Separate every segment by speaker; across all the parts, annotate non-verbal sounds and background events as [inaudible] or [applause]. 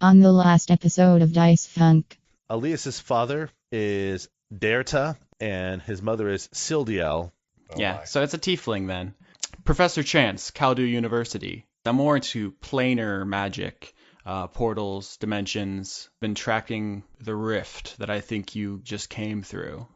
Speaker 1: On the last episode of Dice Funk,
Speaker 2: Elias's father is Derta, and his mother is Sildiel.
Speaker 3: Oh
Speaker 4: yeah,
Speaker 3: my.
Speaker 4: so it's a tiefling then. Professor Chance, Caldu University. I'm more into planar magic, uh, portals, dimensions. Been tracking the rift that I think you just came through.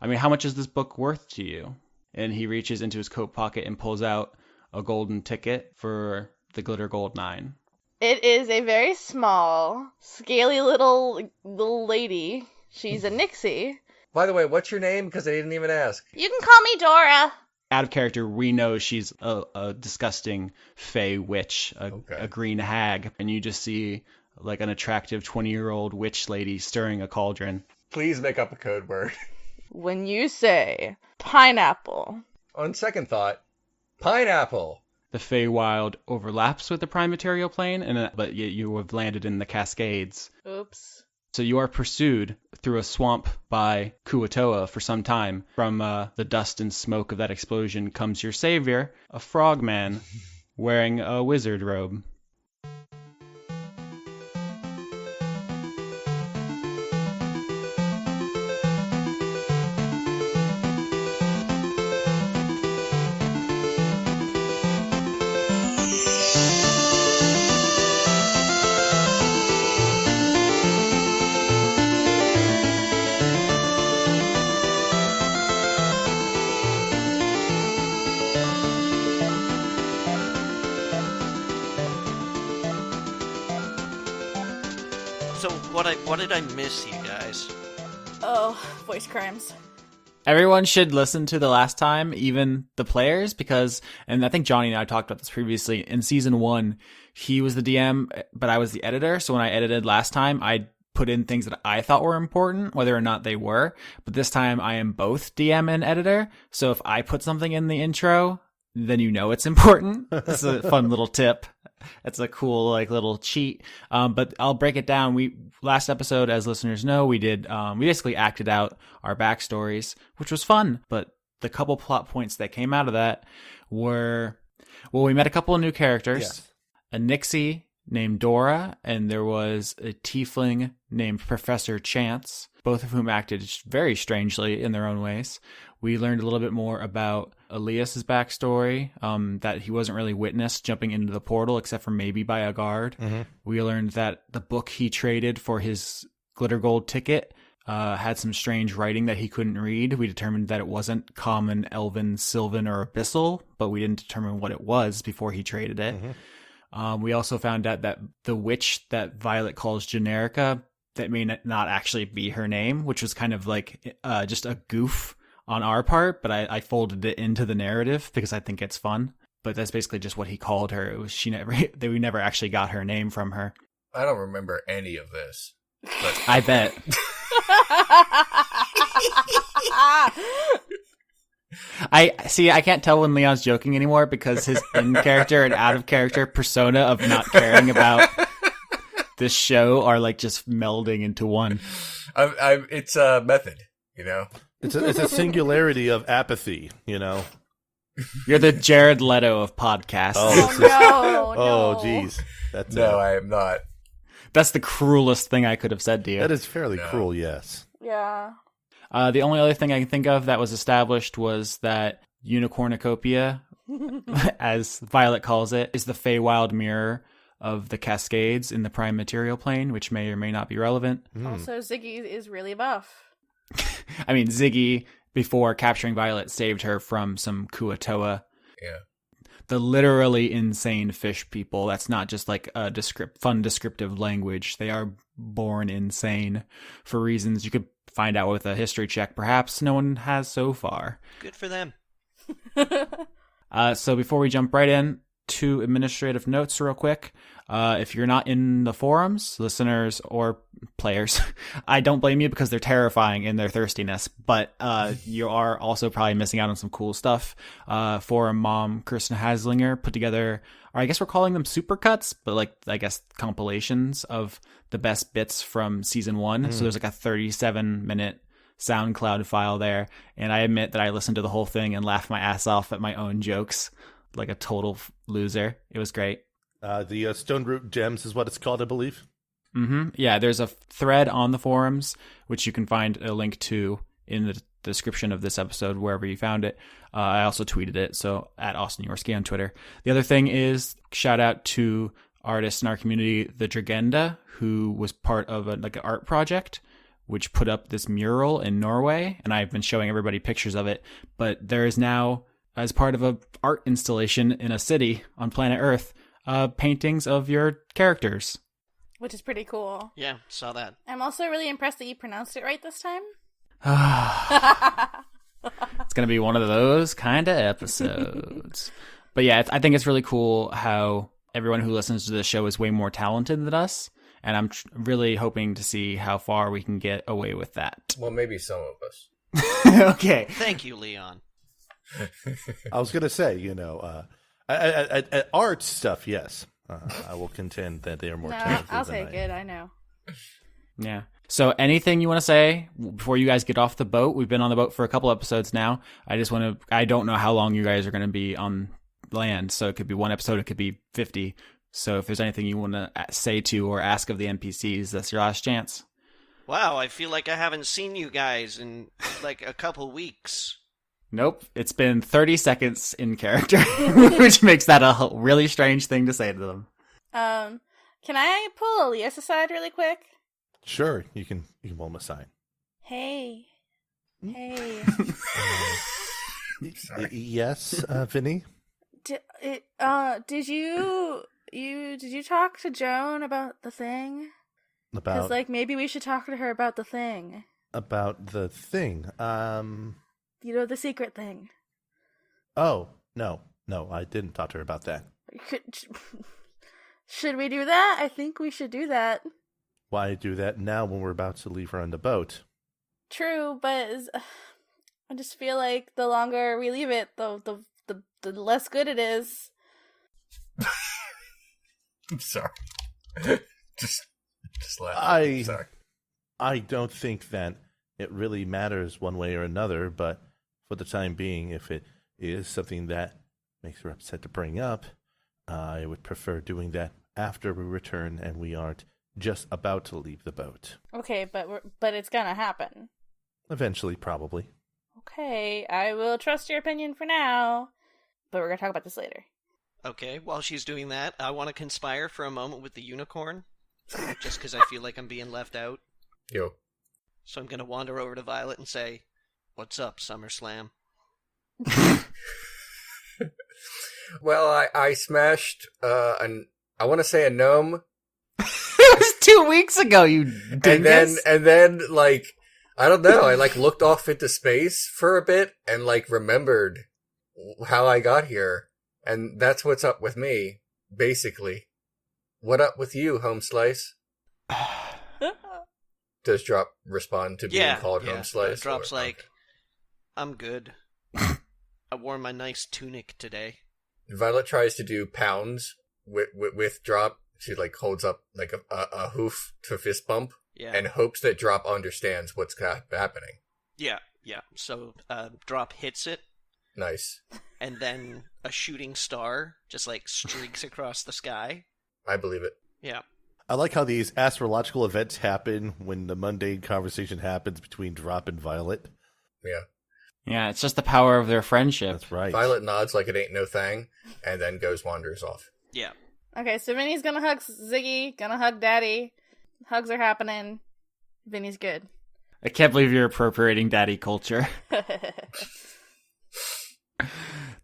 Speaker 4: I mean, how much is this book worth to you? And he reaches into his coat pocket and pulls out a golden ticket for the glitter gold nine.
Speaker 5: It is a very small, scaly little little lady. She's a Nixie.
Speaker 3: By the way, what's your name? Because I didn't even ask.
Speaker 5: You can call me Dora.
Speaker 4: Out of character, we know she's a, a disgusting fey witch, a,
Speaker 3: Okay.
Speaker 4: a green hag, and you just see like an attractive 20 year old witch lady stirring a cauldron.
Speaker 3: Please make up a code word. [laughs]
Speaker 5: When you say pineapple,
Speaker 3: On second thought, pineapple.
Speaker 4: the Feywild overlaps with the prime material plane, and uh, but yet you have landed in the Cascades.
Speaker 5: oops.
Speaker 4: So you are pursued through a swamp by Kuatoa for some time. From uh, the dust and smoke of that explosion comes your savior, a frogman wearing a wizard robe.
Speaker 6: So what I what did I miss, you guys?
Speaker 5: Oh, voice crimes.
Speaker 7: Everyone should listen to the last time, even the players, because, and I think Johnny and I talked about this previously. In season one, he was the DM, but I was the editor. So when I edited last time, I put in things that I thought were important, whether or not they were. But this time I am both DM and editor. So if I put something in the intro, then you know it's important. This is a fun little tip. That's a cool like little cheat. Um, but I'll break it down. We last episode, as listeners know, we did um, we basically acted out our backstories, which was fun. But the couple plot points that came out of that were well, we met a couple of new characters, a Nixie named Dora, and there was a Tiefling named Professor Chance, both of whom acted very strangely in their own ways. We learned a little bit more about Elias's backstory, um, that he wasn't really witnessed jumping into the portal except for maybe by a guard.
Speaker 2: Mhm.
Speaker 7: We learned that the book he traded for his glitter gold ticket uh, had some strange writing that he couldn't read. We determined that it wasn't common Elven, Sylvan, or Abyssal, but we didn't determine what it was before he traded
Speaker 2: Hmm.
Speaker 7: it.
Speaker 2: Mm-hmm.
Speaker 7: Um, we also found out that the witch that Violet calls Generica that may n- not actually be her name, which was kind of like uh, just a goof on our part, but I, I folded it into the narrative because I think it's fun. But that's basically just what he called her. It was she never [laughs] that we never actually got her name from her.
Speaker 3: I don't remember any of this.
Speaker 7: I bet. I see. I can't tell when Leon's joking anymore because his in character and out of character persona of not caring about this show are like just melding into one.
Speaker 3: I'm, I'm, it's a method, you know?
Speaker 2: It's a, it's a singularity of apathy, you know.
Speaker 7: You're the Jared Leto of podcasts.
Speaker 2: Oh. [laughs]
Speaker 5: oh no!
Speaker 2: Oh,
Speaker 5: no.
Speaker 2: jeez, that's
Speaker 3: No,
Speaker 2: uh,
Speaker 3: I am not.
Speaker 7: That's the cruelest thing I could have said to you.
Speaker 2: that is fairly
Speaker 3: No.
Speaker 2: cruel. Yes.
Speaker 5: Yeah.
Speaker 7: Uh, the only other thing I can think of that was established was that Unicornucopia, as Violet calls it, is the Feywild mirror of the Cascades in the Prime Material Plane, which may or may not be relevant.
Speaker 2: Mm.
Speaker 5: Also, Ziggy is really buff. [laughs]
Speaker 7: I mean, Ziggy, before capturing Violet, saved her from some Kuatoa.
Speaker 3: Yeah.
Speaker 7: The literally insane fish people. That's not just like a descript, fun descriptive language. They are born insane for reasons you could find out with a history check. Perhaps no one has so far.
Speaker 6: Good for them.
Speaker 7: Uh, so before we jump right in, two administrative notes real quick. Uh, if you're not in the forums, listeners or players, [laughs] I don't blame you because they're terrifying in their thirstiness, but uh, you are also probably missing out on some cool stuff. Uh, forum mom Kirsten Haslinger put together, or I guess we're calling them supercuts, but like I guess compilations of the best bits from season one. So there's like a 37 minute SoundCloud file there, and I admit that I listened to the whole thing and laughed my ass off at my own jokes, like a total f- loser. It was great.
Speaker 2: Uh, the uh, Stone Root Gems is what it's called, I believe.
Speaker 7: hmm Yeah, there's a thread on the forums, which you can find a link to in the description of this episode, wherever you found it. Uh, I also tweeted it, so at Austin Yorsky on Twitter. The other thing is shout out to artists in our community, the Dragenda, who was part of a, like an art project, which put up this mural in Norway, and I've been showing everybody pictures of it. But there is now, as part of a art installation in a city on planet Earth, uh, paintings of your characters. [sighs]
Speaker 5: which is pretty cool.
Speaker 6: Yeah, saw that.
Speaker 5: I'm also really impressed that you pronounced it right this time.
Speaker 7: it's gonna be one of those kind of episodes. but yeah, it's, I think it's really cool how everyone who listens to this show is way more talented than us, and I'm tr- really hoping to see how far we can get away with
Speaker 3: [laughs]
Speaker 7: that.
Speaker 3: Well, maybe some of us.
Speaker 7: okay.
Speaker 6: Thank you, Leon.
Speaker 2: I was gonna say, you know, uh, I, I, I, I, art stuff. Yes, uh, I will contend that they are [laughs] more
Speaker 5: no,
Speaker 2: talented.
Speaker 5: I'll
Speaker 2: than
Speaker 5: take
Speaker 2: I. am.
Speaker 5: it. I know.
Speaker 7: Yeah. So, anything you want to say before you guys get off the boat? We've been on the boat for a couple episodes now. I just want to, I don't know how long you guys are going to be on land. So, it could be one episode, it could be 50. So, if there's anything you want to say to or ask of the NPCs, that's your last chance.
Speaker 6: Wow, I feel like I haven't seen you guys in like a couple weeks.
Speaker 7: Nope. It's been 30 seconds in character, [laughs] which makes that a h- really strange thing to say to them. [laughs]
Speaker 5: Um, can I pull Elias aside really quick?
Speaker 2: Sure, you can you can pull them
Speaker 3: [laughs]
Speaker 2: aside.
Speaker 5: Hey, hey.
Speaker 2: Y- Yes, uh,
Speaker 5: [laughs]
Speaker 2: Vinny.
Speaker 5: D- it, uh, did you you did you talk to Joan about the thing? Because
Speaker 2: About
Speaker 5: like maybe we should talk to her about the thing.
Speaker 2: about the thing. Um.
Speaker 5: You know, the secret thing.
Speaker 2: Oh no, no, I didn't talk to her about that.
Speaker 5: Could, should we do that? I think we should do that.
Speaker 2: Why do that now when we're about to leave her on the boat?
Speaker 5: True, but is- [sighs] I just feel like the longer we leave it, the the the, the less good it is.
Speaker 3: I'm sorry. [laughs] just, just laugh.
Speaker 2: I-
Speaker 3: Sorry.
Speaker 2: I don't think that it really matters one way or another, but for the time being, if it is something that makes her upset to bring up, I would prefer doing that after we return and we aren't just about to leave the boat.
Speaker 5: Okay, but we're, but it's gonna happen.
Speaker 2: Eventually, probably.
Speaker 5: Okay, I will trust your opinion for now, but we're gonna talk about this later.
Speaker 6: Okay, while she's doing that, I want to conspire for a moment with the unicorn, just because I feel like I'm being left out.
Speaker 3: Yo.
Speaker 6: So I'm going to wander over to Violet and say, What's up, SummerSlam?
Speaker 3: Well, I, I smashed uh, an. I want to say a gnome,
Speaker 7: it was two weeks ago, you dingus.
Speaker 3: and then and then like I don't know. I like looked off into space for a bit and like remembered how I got here, and that's what's up with me, basically. What up with you, Home
Speaker 6: [sighs]
Speaker 3: Slice? Does Drop respond to being
Speaker 6: yeah,
Speaker 3: called
Speaker 6: yeah.
Speaker 3: Home Slice?
Speaker 6: uh, Drop's
Speaker 3: or- um,
Speaker 6: like,
Speaker 3: [laughs]
Speaker 6: I'm good. I wore my nice tunic today.
Speaker 3: Violet tries to do pounds with with, with Drop. She like holds up like a, a, a hoof to fist bump
Speaker 6: Yeah.
Speaker 3: and hopes that Drop understands what's ha- happening.
Speaker 6: Yeah, yeah. So uh, Drop hits it,
Speaker 3: Nice.
Speaker 6: and then a shooting star just like streaks across the sky.
Speaker 3: I believe it.
Speaker 6: Yeah.
Speaker 2: I like how these astrological events happen when the mundane conversation happens between Drop and Violet.
Speaker 3: Yeah.
Speaker 7: yeah, it's just the power of their friendship.
Speaker 2: That's right.
Speaker 3: Violet nods like it ain't no thing, and then goes wanders off. [laughs]
Speaker 6: Yeah.
Speaker 5: Okay, so Vinny's gonna hug Ziggy, gonna hug Daddy. Hugs are happening. Vinny's [laughs] good.
Speaker 7: I can't believe you're appropriating daddy culture. [laughs]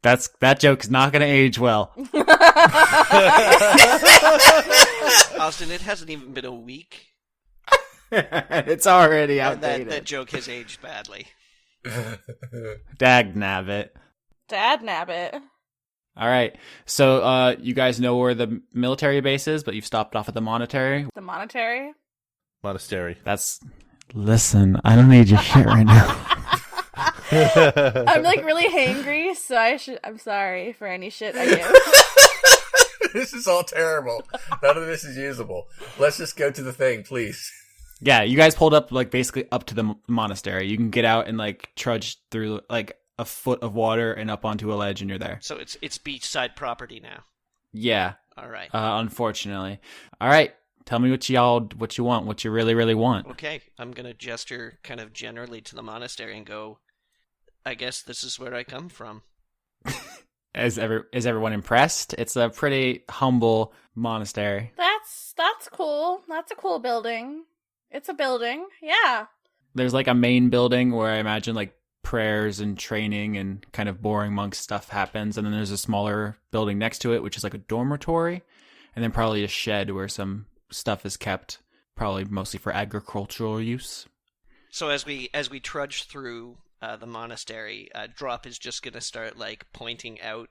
Speaker 7: That's that joke is not going to age well. [laughs]
Speaker 6: Austin, it hasn't even been a week.
Speaker 7: it's already
Speaker 6: and
Speaker 7: outdated.
Speaker 6: that, that joke has aged badly.
Speaker 7: Dag nabbit.
Speaker 5: Dad Nabbit.
Speaker 7: All right. So uh, you guys know where the military base is, but you've stopped off at the monetary.
Speaker 5: The monetary.
Speaker 2: Monastery.
Speaker 7: That's. Listen, I don't need your shit right now.
Speaker 5: [laughs] I'm like [laughs] really hangry, so I should. I'm sorry for any shit I give.
Speaker 3: this is all terrible. None of this is usable. Let's just go to the thing, please.
Speaker 7: yeah, you guys pulled up like basically up to the m- monastery. You can get out and like trudge through like a foot of water and up onto a ledge, and you're there.
Speaker 6: So it's it's beachside property now.
Speaker 7: Yeah,
Speaker 6: All right.
Speaker 7: uh, unfortunately. All right. Tell me what y'all what you want, what you really really want.
Speaker 6: Okay, I'm gonna gesture kind of generally to the monastery and go. I guess this is where I come from.
Speaker 7: Is every is everyone impressed? It's a pretty humble monastery.
Speaker 5: [laughs] That's that's cool. That's a cool building. It's a building. Yeah.
Speaker 7: There's like a main building where I imagine like prayers and training and kind of boring monk stuff happens, and then there's a smaller building next to it which is like a dormitory, and then probably a shed where some stuff is kept, probably mostly for agricultural use.
Speaker 6: So as we as we trudge through uh, the monastery, uh, Drop is just gonna start like pointing out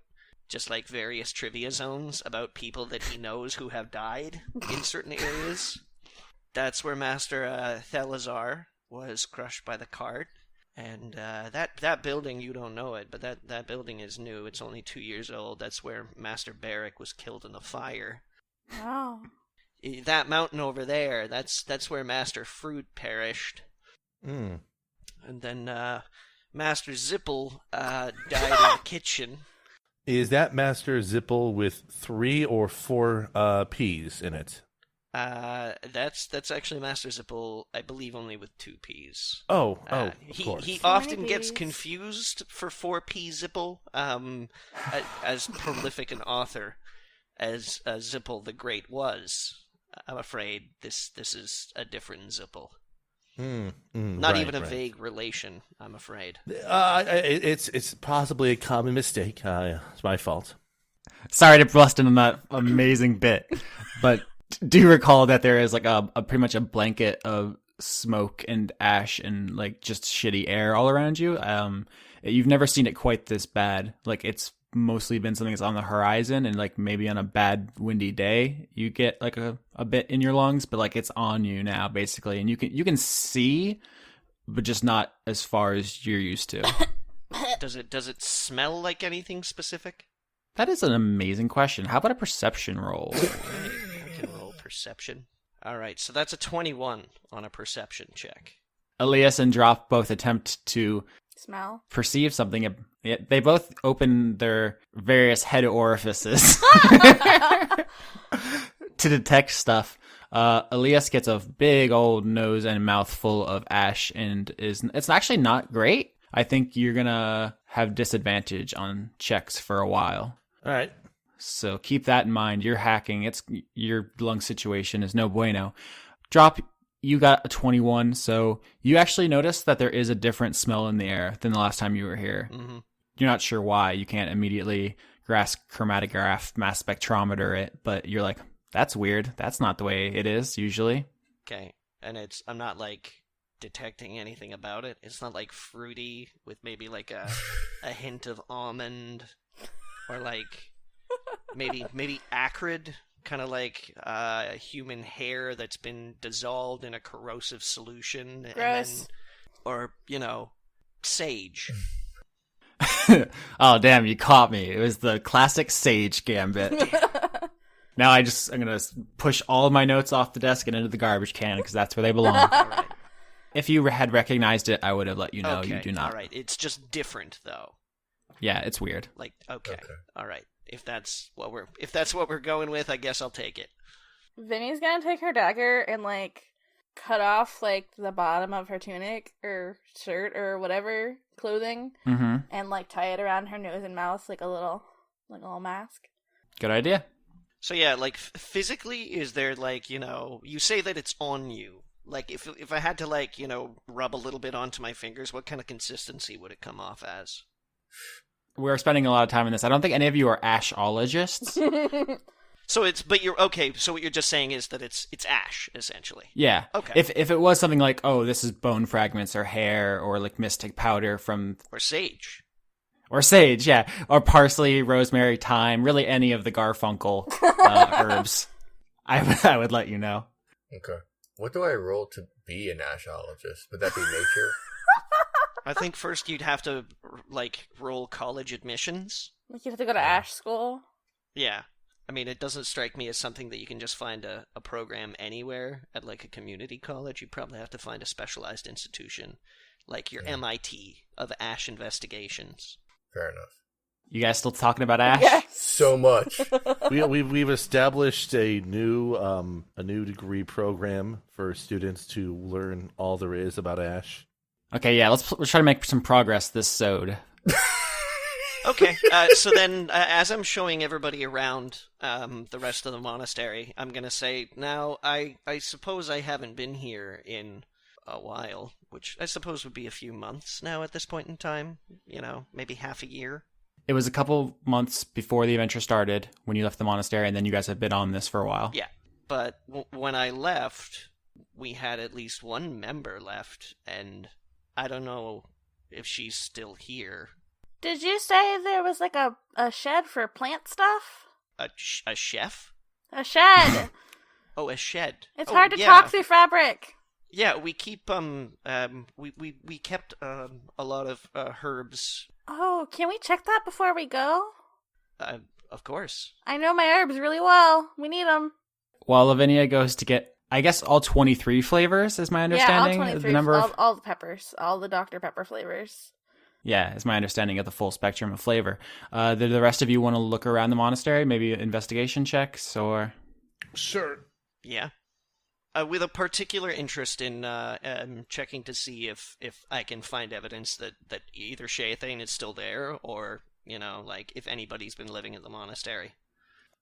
Speaker 6: just like various trivia zones about people that he knows who have died in certain areas. That's where Master uh, Thelazar was crushed by the cart, and uh, that that building you don't know it, but that that building is new. It's only two years old. That's where Master Barrick was killed in the fire.
Speaker 5: Wow.
Speaker 6: That mountain over there, that's that's where Master Fruit perished.
Speaker 2: Mm.
Speaker 6: and then uh, Master Zipple uh, died
Speaker 2: [laughs]
Speaker 6: in the kitchen.
Speaker 2: Is that Master Zipple with three or four uh, P's in it?
Speaker 6: Uh, that's that's actually Master Zipple, I believe, only with two P's.
Speaker 2: Oh, oh,
Speaker 6: Uh,
Speaker 2: of
Speaker 6: he
Speaker 2: course.
Speaker 6: he
Speaker 5: So many
Speaker 6: often gets
Speaker 5: Ps.
Speaker 6: confused for four P Zipple, um, a- as prolific an author as uh, Zipple the Great was. I'm afraid this this is a different Zipple,
Speaker 2: Mm, mm,
Speaker 6: not
Speaker 2: right,
Speaker 6: even a
Speaker 2: right.
Speaker 6: vague relation. I'm afraid.
Speaker 2: Uh, I- I- it's it's possibly a common mistake. Uh, it's my fault.
Speaker 7: Sorry to bust in on that amazing bit, but do you recall that there is like a, a pretty much a blanket of smoke and ash and like just shitty air all around you. Um, you've never seen it quite this bad. Like it's mostly been something that's on the horizon and like maybe on a bad windy day you get like a, a bit in your lungs but like it's on you now basically and you can you can see but just not as far as you're used to
Speaker 6: Does it does it smell like anything specific?
Speaker 7: that is an amazing question how about a perception roll
Speaker 6: Alright, I can roll perception. All right, so that's a 21 on a perception check.
Speaker 7: Elias and Drop both attempt to
Speaker 5: [laughs] Smell.
Speaker 7: perceive something. Yet They both open their various head orifices [laughs] to detect stuff. Uh, Elias gets a big old nose and mouth full of ash, and is it's actually not great. I think you're gonna have disadvantage on checks for a while.
Speaker 2: All right.
Speaker 7: So keep that in mind. You're hacking. It's your lung situation is no bueno. Drop. You got a 21, so you actually notice that there is a different smell in the air than the last time you were here.
Speaker 6: hmm
Speaker 7: You're not sure why. You can't immediately grasp chromatograph mass spectrometer it, but you're like, that's weird. That's not the way it is usually. [laughs]
Speaker 6: Okay, and it's I'm not like detecting anything about it. It's not like fruity with maybe
Speaker 7: [laughs]
Speaker 6: like a a hint of almond or like maybe maybe acrid, kind of like uh, human hair that's been dissolved in a corrosive solution, and
Speaker 5: Gross.
Speaker 6: then, or you know, sage.
Speaker 7: oh damn, you caught me. It was the classic sage gambit.
Speaker 5: [laughs]
Speaker 7: Now I just I'm gonna s- push all my notes off the desk and into the garbage can because that's where they belong.
Speaker 6: All right.
Speaker 7: if you had recognized it, I would have let you know. You do not.
Speaker 6: All right. It's just different though.
Speaker 7: Yeah, it's weird.
Speaker 6: Like okay.
Speaker 3: Okay.
Speaker 6: All right. If that's what we're if that's what we're going with, I guess I'll take it.
Speaker 5: Vinny's gonna take her dagger and like cut off like the bottom of her tunic or shirt or whatever clothing
Speaker 7: Mm-hmm.
Speaker 5: and like tie it around her nose and mouth like a little like a little mask.
Speaker 7: Good idea.
Speaker 6: So yeah, like f- physically is there like, you know, you say that it's on you. Like if if I had to like, you know, rub a little bit onto my fingers, what kind of consistency would it come off as?
Speaker 7: We're spending a lot of time on this. I don't think any of you are
Speaker 6: [laughs]
Speaker 7: ashologists.
Speaker 6: So it's but you're okay, so what you're just saying is that it's it's ash essentially.
Speaker 7: yeah.
Speaker 6: Okay.
Speaker 7: If if it was something like, oh, this is bone fragments or hair or like mystic powder from
Speaker 6: Or sage.
Speaker 7: or sage, yeah, or parsley, rosemary, thyme, really any of the Garfunkel
Speaker 6: [laughs]
Speaker 7: uh, herbs, I would- I would let you know.
Speaker 3: Okay. What do I roll to be an ashologist? Would that be nature? [laughs]
Speaker 6: I think first you'd have to r- like roll college admissions.
Speaker 5: like you have to go to Ash school.
Speaker 6: Yeah. I mean, it doesn't strike me as something that you can just find a, a program anywhere at like a community college. You'd probably have to find a specialized institution, like your
Speaker 3: Yeah.
Speaker 6: MIT of Ash Investigations.
Speaker 3: Fair enough.
Speaker 7: You guys still talking about Ash?
Speaker 3: so much. [laughs]
Speaker 5: [laughs]
Speaker 2: we, we've, we've established a new um, a new degree program for students to learn all there is about Ash.
Speaker 7: Okay, yeah. Let's, pl- let's try to make some progress this sode.
Speaker 6: Okay, uh, so then uh, as I'm showing everybody around um, the rest of the monastery, I'm going to say, now, I, I suppose I haven't been here in a while, which I suppose would be a few months now at this point in time, you know, maybe half a year.
Speaker 7: It was a couple months before the adventure started when you left the monastery, and then you guys have been on this for a while.
Speaker 6: Yeah. But w- when I left, we had at least one member left, and I don't know if she's still here.
Speaker 5: Did you say there was like a, a shed for plant stuff?
Speaker 6: A, sh- a chef?
Speaker 7: [laughs]
Speaker 5: A shed.
Speaker 6: Oh, a shed.
Speaker 5: it's
Speaker 6: Oh,
Speaker 5: hard to
Speaker 6: yeah.
Speaker 5: talk through fabric.
Speaker 6: Yeah, we keep um um we we we kept um a lot of uh, herbs.
Speaker 5: Oh, can we check that before we go?
Speaker 6: Uh, of course.
Speaker 5: I know my herbs really well. We need them.
Speaker 7: While Lavinia goes to get, I guess all twenty three flavors is my understanding.
Speaker 5: yeah, all
Speaker 7: of
Speaker 5: 23,
Speaker 7: the number
Speaker 5: all,
Speaker 7: of
Speaker 5: all the peppers, all the Dr. Pepper flavors.
Speaker 7: Yeah, is my understanding of the full spectrum of flavor. Uh, the, the rest of you want to look around the monastery, maybe investigation checks, or
Speaker 2: Sure.
Speaker 6: Yeah. Uh, with a particular interest in uh, um, checking to see if, if I can find evidence that, that either Shaythane is still there or, you know, like if anybody's been living at the monastery.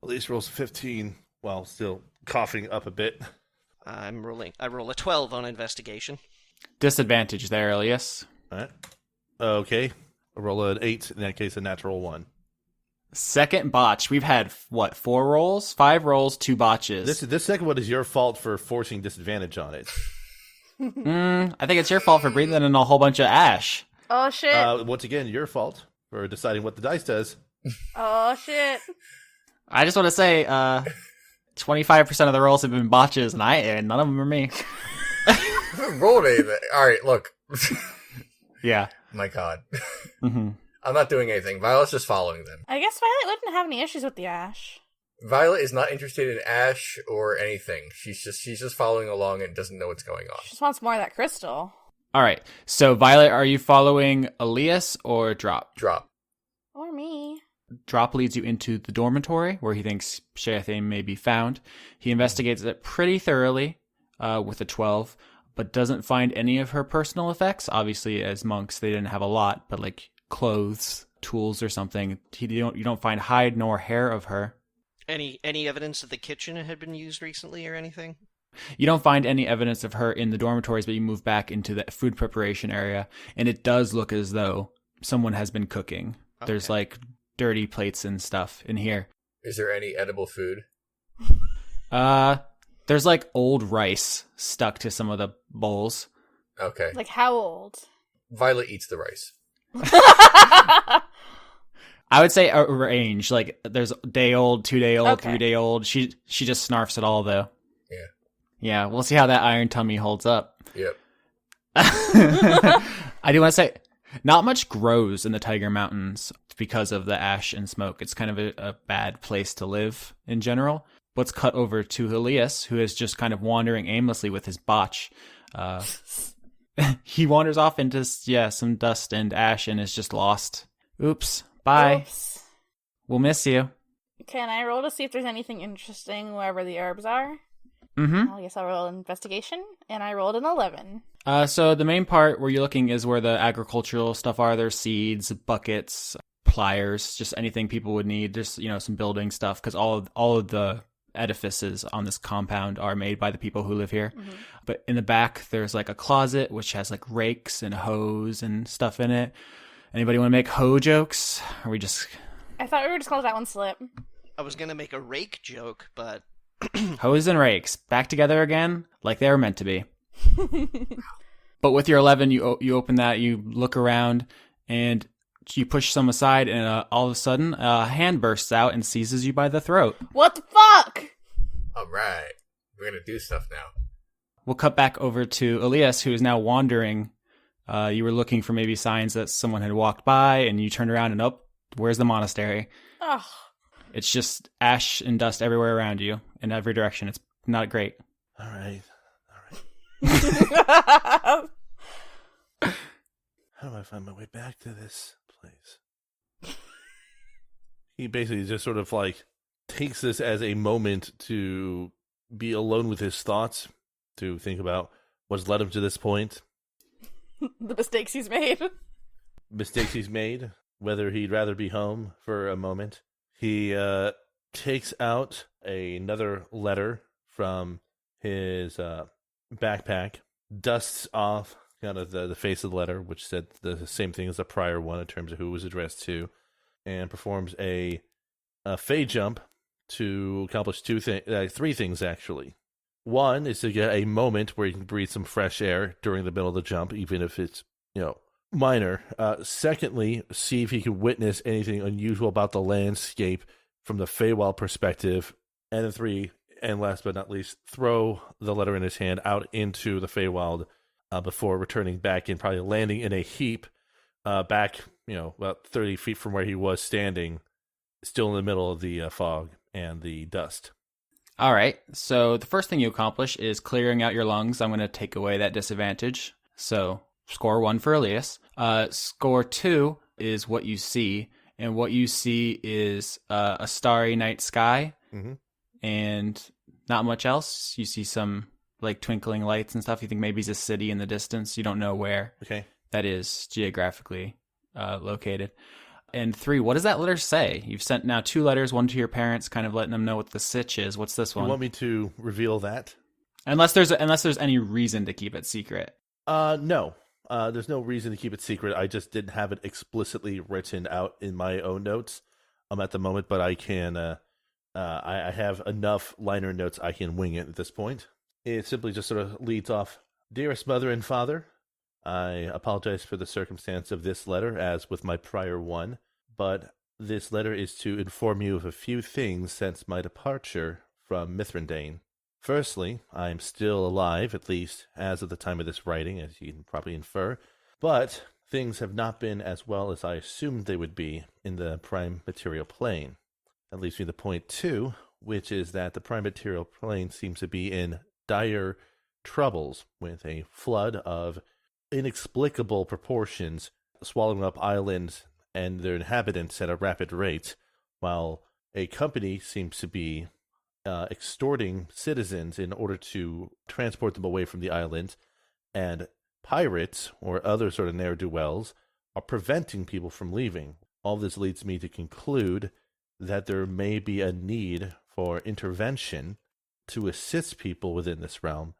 Speaker 2: At least rolls fifteen while still coughing up a bit.
Speaker 6: I'm rolling. I roll a 12 on investigation.
Speaker 7: disadvantage there, Elias.
Speaker 2: All right. Okay. Roll an eight. In that case, a natural one.
Speaker 7: Second botch. We've had what four rolls, five rolls, two botches.
Speaker 2: This this second one is your fault for forcing disadvantage on it.
Speaker 7: Mm, I think it's your fault for breathing in a whole bunch of ash.
Speaker 5: Oh, shit.
Speaker 2: Uh, once again, your fault for deciding what the dice does.
Speaker 5: oh, shit.
Speaker 7: I just want to say, uh, twenty five percent of the rolls have been botches, and I and none of them are me.
Speaker 3: Rolled anything. All right, look. [laughs]
Speaker 7: Yeah.
Speaker 3: My God, [laughs]
Speaker 7: hmm
Speaker 3: I'm not doing anything. Violet's just following them.
Speaker 5: I guess Violet wouldn't have any issues with the ash.
Speaker 3: Violet is not interested in Ash or anything. She's just she's just following along and doesn't know what's going on.
Speaker 5: She just wants more of that crystal.
Speaker 7: All right. So, Violet, are you following Elias or Drop?
Speaker 3: Drop.
Speaker 5: Or me.
Speaker 7: Drop leads you into the dormitory where he thinks Shayathane may be found. He investigates it pretty thoroughly uh, with a 12, but doesn't find any of her personal effects. Obviously, as monks, they didn't have a lot, but like clothes, tools, or something. He you don't, you don't find hide nor hair of her.
Speaker 6: Any any evidence that the kitchen had been used recently or anything?
Speaker 7: You don't find any evidence of her in the dormitories, but you move back into the food preparation area, and it does look as though someone has been cooking. There's
Speaker 6: Okay.
Speaker 7: like dirty plates and stuff in here.
Speaker 3: Is there any edible food?
Speaker 7: Uh, there's like old rice stuck to some of the bowls.
Speaker 3: Okay.
Speaker 5: Like, how old?
Speaker 3: Violet eats the rice.
Speaker 7: I would say a range. Like there's day old, two day old,
Speaker 5: Okay.
Speaker 7: three day old. She she just snarfs it all though.
Speaker 3: Yeah.
Speaker 7: Yeah, we'll see how that iron tummy holds up.
Speaker 3: Yep.
Speaker 7: [laughs] I do want to say, not much grows in the Tiger Mountains because of the ash and smoke. It's kind of a, a bad place to live in general. Let's cut over to Elias, who is just kind of wandering aimlessly with his botch. Uh, [laughs] he wanders off into s- yeah some dust and ash and is just lost. Oops. Bye.
Speaker 5: Oops.
Speaker 7: We'll miss you.
Speaker 5: Can I roll to see if there's anything interesting wherever the herbs are?
Speaker 7: Mm-hmm.
Speaker 5: I guess I'll roll an investigation, and I rolled an 11.
Speaker 7: Uh, so the main part where you're looking is where the agricultural stuff are. There's seeds, buckets, pliers, just anything people would need. There's you know some building stuff because all of, all of the edifices on this compound are made by the people who live here. But in the back, there's like a closet which has like rakes and hoes and stuff in it. Anybody want to make hoe jokes? Or we just
Speaker 5: I thought we were just called that one slip. [laughs]
Speaker 6: I was gonna make a rake joke, but
Speaker 7: hoes and rakes back together again like they were meant to be. But with your 11, you o- you open that, you look around, and you push some aside, and uh, all of a sudden, a hand bursts out and seizes you by the throat.
Speaker 5: what the fuck?
Speaker 3: All right. We're gonna do stuff now.
Speaker 7: We'll cut back over to Elias, who is now wandering. Uh, you were looking for maybe signs that someone had walked by, and you turned around, and oh, where's the monastery?
Speaker 5: [laughs] Oh,
Speaker 7: It's just ash and dust everywhere around you in every direction. It's not great.
Speaker 2: All right. How do I find my way back to this place? he basically just sort of like takes this as a moment to be alone with his thoughts, to think about what's led him to this point,
Speaker 5: the mistakes he's made. [laughs]
Speaker 2: mistakes he's made, whether he'd rather be home for a moment. He uh, takes out another letter from his uh, backpack, dusts off kind of the, the face of the letter, which said the same thing as the prior one in terms of who it was addressed to, and performs a, a fey jump to accomplish two thi- uh, three things actually. One is to get a moment where you can breathe some fresh air during the middle of the jump, even if it's you know minor. Uh, secondly, see if he can witness anything unusual about the landscape from the Feywild perspective. And then three, and last but not least, throw the letter in his hand out into the Feywild uh, before returning back and probably landing in a heap uh, back, you know, about 30 feet from where he was standing, still in the middle of the uh, fog and the dust.
Speaker 7: All right. So the first thing you accomplish is clearing out your lungs. I'm going to take away that disadvantage. So score one for Elias. Uh, score two is what you see, and what you see is uh, a starry night sky
Speaker 2: Mhm.
Speaker 7: and not much else. You see some like twinkling lights and stuff. You think maybe it's a city in the distance. You don't know where
Speaker 2: Okay.
Speaker 7: that is geographically uh, located. And three, what does that letter say? You've sent now two letters, one to your parents, kind of letting them know what the sitch is. What's this
Speaker 2: You
Speaker 7: one?
Speaker 2: want me to reveal that?
Speaker 7: Unless there's unless there's any reason to keep it secret.
Speaker 2: Uh, no. Uh, there's no reason to keep it secret. I just didn't have it explicitly written out in my own notes um, at the moment, but I can. Uh, uh, I, I have enough liner notes. I can wing it at this point. It simply just sort of leads off Dearest mother and father, I apologize for the circumstance of this letter, as with my prior one, but this letter is to inform you of a few things since my departure from Mithrandane. Firstly, I am still alive, at least as of the time of this writing, as you can probably infer, but things have not been as well as I assumed they would be in the prime material plane. That leads me to point two, which is that the prime material plane seems to be in dire troubles with a flood of inexplicable proportions swallowing up islands and their inhabitants at a rapid rate, while a company seems to be uh, extorting citizens in order to transport them away from the island, and pirates or other sort of ne'er do wells are preventing people from leaving. All this leads me to conclude that there may be a need for intervention to assist people within this realm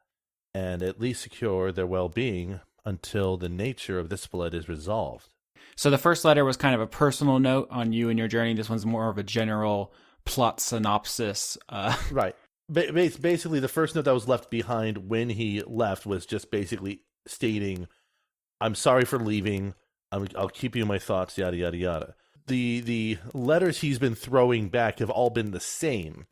Speaker 2: and at least secure their well being until the nature of this blood is resolved.
Speaker 7: So the first letter was kind of a personal note on you and your journey. This one's more of a general plot synopsis. Uh, [laughs]
Speaker 2: Right. Ba- bas- basically, the first note that was left behind when he left was just basically stating, "I'm sorry for leaving. I'm, I'll keep you in my thoughts." Yada yada yada. The the letters he's been throwing back have all been the same,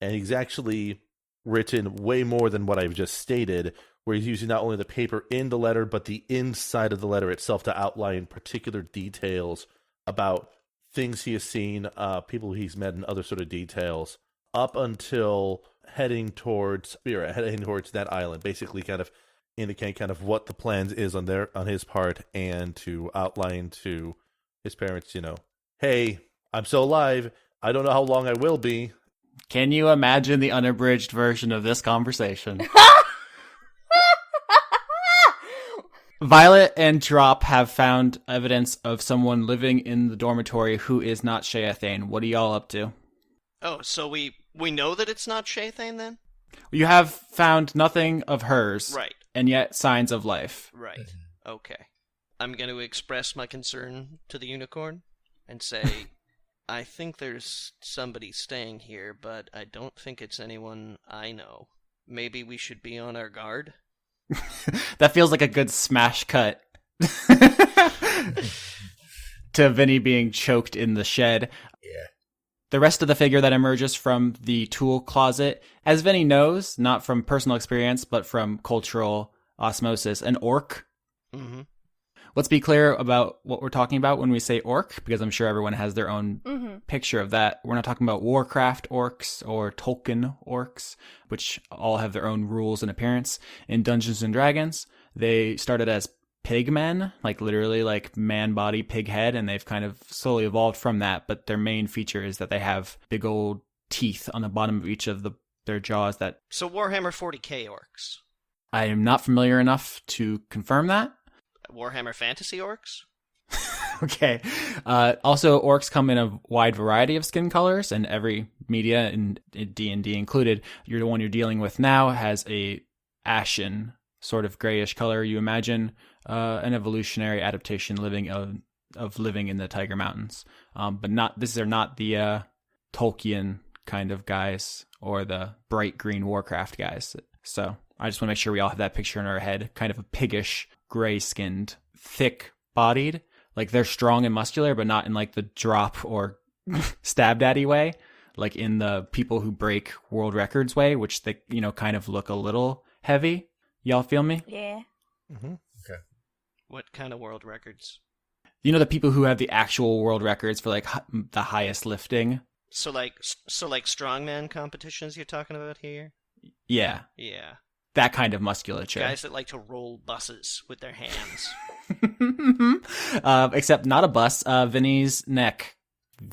Speaker 2: and he's actually written way more than what I've just stated. Where he's using not only the paper in the letter but the inside of the letter itself to outline particular details about things he has seen, uh, people he's met, and other sort of details up until heading towards Spira, heading towards that island, basically kind of indicate kind of what the plans is on their on his part and to outline to his parents, you know, hey, I'm still alive. I don't know how long I will be.
Speaker 7: can you imagine the unabridged version of this
Speaker 5: [laughs]
Speaker 7: conversation? Violet and Drop have found evidence of someone living in the dormitory who is not Shea Thane. What are y'all up to?
Speaker 6: Oh, so we we know that it's not Shaythane then?
Speaker 7: You have found nothing of hers,
Speaker 6: Right,
Speaker 7: and yet signs of life.
Speaker 6: right. Okay. I'm going to express my concern to the unicorn and say [laughs] I think there's somebody staying here, but I don't think it's anyone I know. Maybe we should be on our guard.
Speaker 7: That feels like a good smash cut to Vinny being choked in the shed.
Speaker 3: Yeah.
Speaker 7: The rest of the figure that emerges from the tool closet, as Vinny knows, not from personal experience, but from cultural osmosis, an orc.
Speaker 6: Mhm.
Speaker 7: Let's be clear about what we're talking about when we say orc, because I'm sure everyone has their own
Speaker 5: mm-hmm.
Speaker 7: picture of that. We're not talking about Warcraft orcs or Tolkien orcs, which all have their own rules and appearance. In Dungeons and Dragons, they started as pig men, like literally like man body, pig head, and they've kind of slowly evolved from that. But their main feature is that they have big old teeth on the bottom of each of the their jaws that
Speaker 6: So Warhammer 40k orcs,
Speaker 7: I am not familiar enough to confirm that.
Speaker 6: Warhammer Fantasy orcs.
Speaker 7: [laughs] okay. Uh, also, orcs come in a wide variety of skin colors, and every media and D and D included, you're the one you're dealing with now has a ashen sort of grayish color. You imagine uh, an evolutionary adaptation living of of living in the Tiger Mountains, um, but not these are not the uh, Tolkien kind of guys or the bright green Warcraft guys. So I just want to make sure we all have that picture in our head, kind of a piggish, gray skinned, thick bodied like they're strong and muscular, but not in like the drop or [laughs] stab daddy way, like in the people who break world records way, which they you know kind of look a little heavy. Y'all feel me?
Speaker 5: Yeah.
Speaker 2: Mm-hmm.
Speaker 6: What kind of world records?
Speaker 7: You know the people who have the actual world records for like hi- the highest lifting.
Speaker 6: So like so like strongman competitions you're talking about here?
Speaker 7: Yeah,
Speaker 6: Yeah.
Speaker 7: that kind of musculature.
Speaker 6: Guys that like to roll buses with their hands.
Speaker 7: [laughs] uh, except not a bust. Uh, Vinny's neck,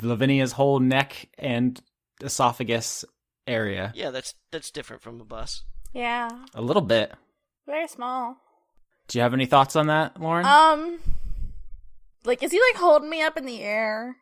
Speaker 7: Lavinia's whole neck and esophagus area,
Speaker 6: yeah, that's that's different from a bus.
Speaker 5: Yeah.
Speaker 7: a little bit.
Speaker 5: Very small.
Speaker 7: Do you have any thoughts on that, Lauren?
Speaker 5: Um like is he like holding me up in the air?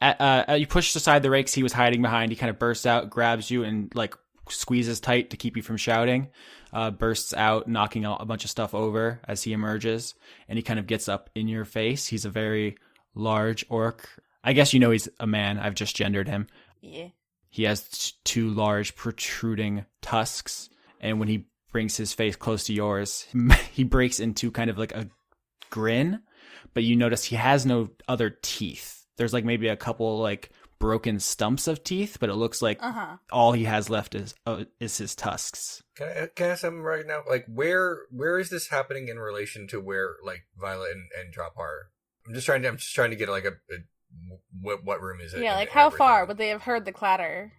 Speaker 7: at, uh, uh, you pushed aside the rakes he was hiding behind. He kind of bursts out, grabs you, and like squeezes tight to keep you from shouting. Uh, bursts out, knocking a a bunch of stuff over as he emerges, and he kind of gets up in your face. He's a very large orc. I guess you know he's a man. I've just gendered him.
Speaker 5: Yeah.
Speaker 7: He has t- two large protruding tusks, and when he brings his face close to yours, [laughs] he breaks into kind of like a grin, but you notice he has no other teeth. There's like maybe a couple like broken stumps of teeth, but it looks like
Speaker 5: Uh-huh.
Speaker 7: all he has left is uh, is his tusks.
Speaker 3: Can I, can I ask something right now? Like, where where is this happening in relation to where like Violet and, and Drop are? I'm just trying to I'm just trying to get like a, a what what room is it?
Speaker 5: Yeah,
Speaker 3: and
Speaker 5: like how far
Speaker 3: everything.
Speaker 5: would they have heard the clatter?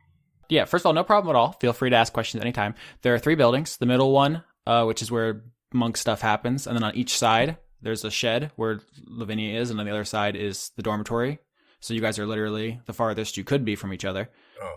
Speaker 7: Yeah, first of all, no problem at all. Feel free to ask questions anytime. There are three buildings. The middle one, uh, which is where monk stuff happens, and then on each side there's a shed where Lavinia is, and on the other side is the dormitory. So you guys are literally the farthest you could be from each other.
Speaker 3: Oh.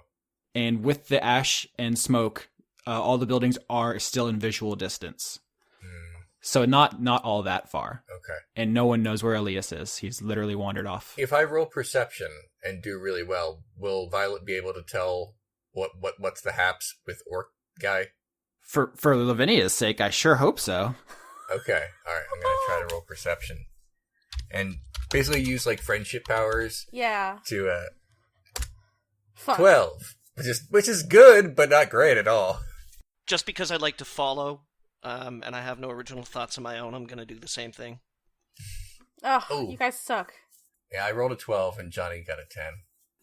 Speaker 7: And with the ash and smoke, uh, all the buildings are still in visual distance.
Speaker 3: Hmm,
Speaker 7: So not not all that far,
Speaker 3: okay.
Speaker 7: and no one knows where Elias is. He's literally wandered off.
Speaker 3: If I roll perception and do really well, will Violet be able to tell what what what's the haps with Orc guy?
Speaker 7: For for Lavinia's sake, I sure hope so.
Speaker 3: Okay, all right. I'm gonna try to roll perception and basically use like friendship powers
Speaker 5: Yeah.
Speaker 3: to uh
Speaker 5: Fuck.
Speaker 3: twelve, which is which is good but not great at all.
Speaker 6: Just because I like to follow, um, and I have no original thoughts of my own, I'm gonna do the same thing.
Speaker 5: Ugh,
Speaker 3: Ooh.
Speaker 5: you guys suck.
Speaker 3: Yeah, I rolled a twelve and Johnny got a ten.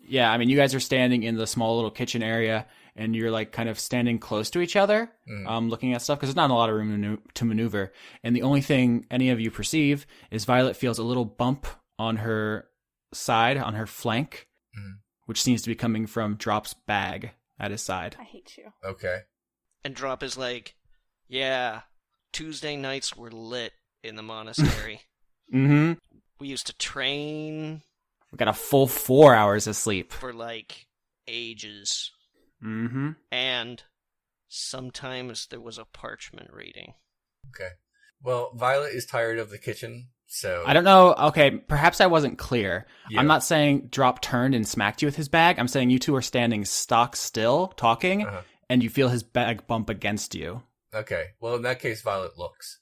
Speaker 7: Yeah, I mean, you guys are standing in the small little kitchen area, and you're like kind of standing close to each other,
Speaker 3: Mm.
Speaker 7: um, looking at stuff because there's not a lot of room to, manu- to maneuver. And the only thing any of you perceive is Violet feels a little bump on her side, on her flank,
Speaker 3: Mm.
Speaker 7: which seems to be coming from Drop's bag at his side.
Speaker 5: I hate you. [laughs]
Speaker 3: Okay.
Speaker 6: And Drop is like, Yeah, Tuesday nights were lit in the monastery.
Speaker 7: Mm-hmm.
Speaker 6: we used to train
Speaker 7: We got a full four hours of sleep.
Speaker 6: for like ages.
Speaker 7: Mm-hmm.
Speaker 6: And sometimes there was a parchment reading.
Speaker 3: Okay. Well, Violet is tired of the kitchen, so
Speaker 7: I don't know. Okay, perhaps I wasn't clear.
Speaker 3: Yeah.
Speaker 7: I'm not saying Drop turned and smacked you with his bag. I'm saying you two are standing stock still, talking,
Speaker 3: Uh-huh.
Speaker 7: and you feel his bag bump against you.
Speaker 3: Okay. Well, in that case, Violet looks.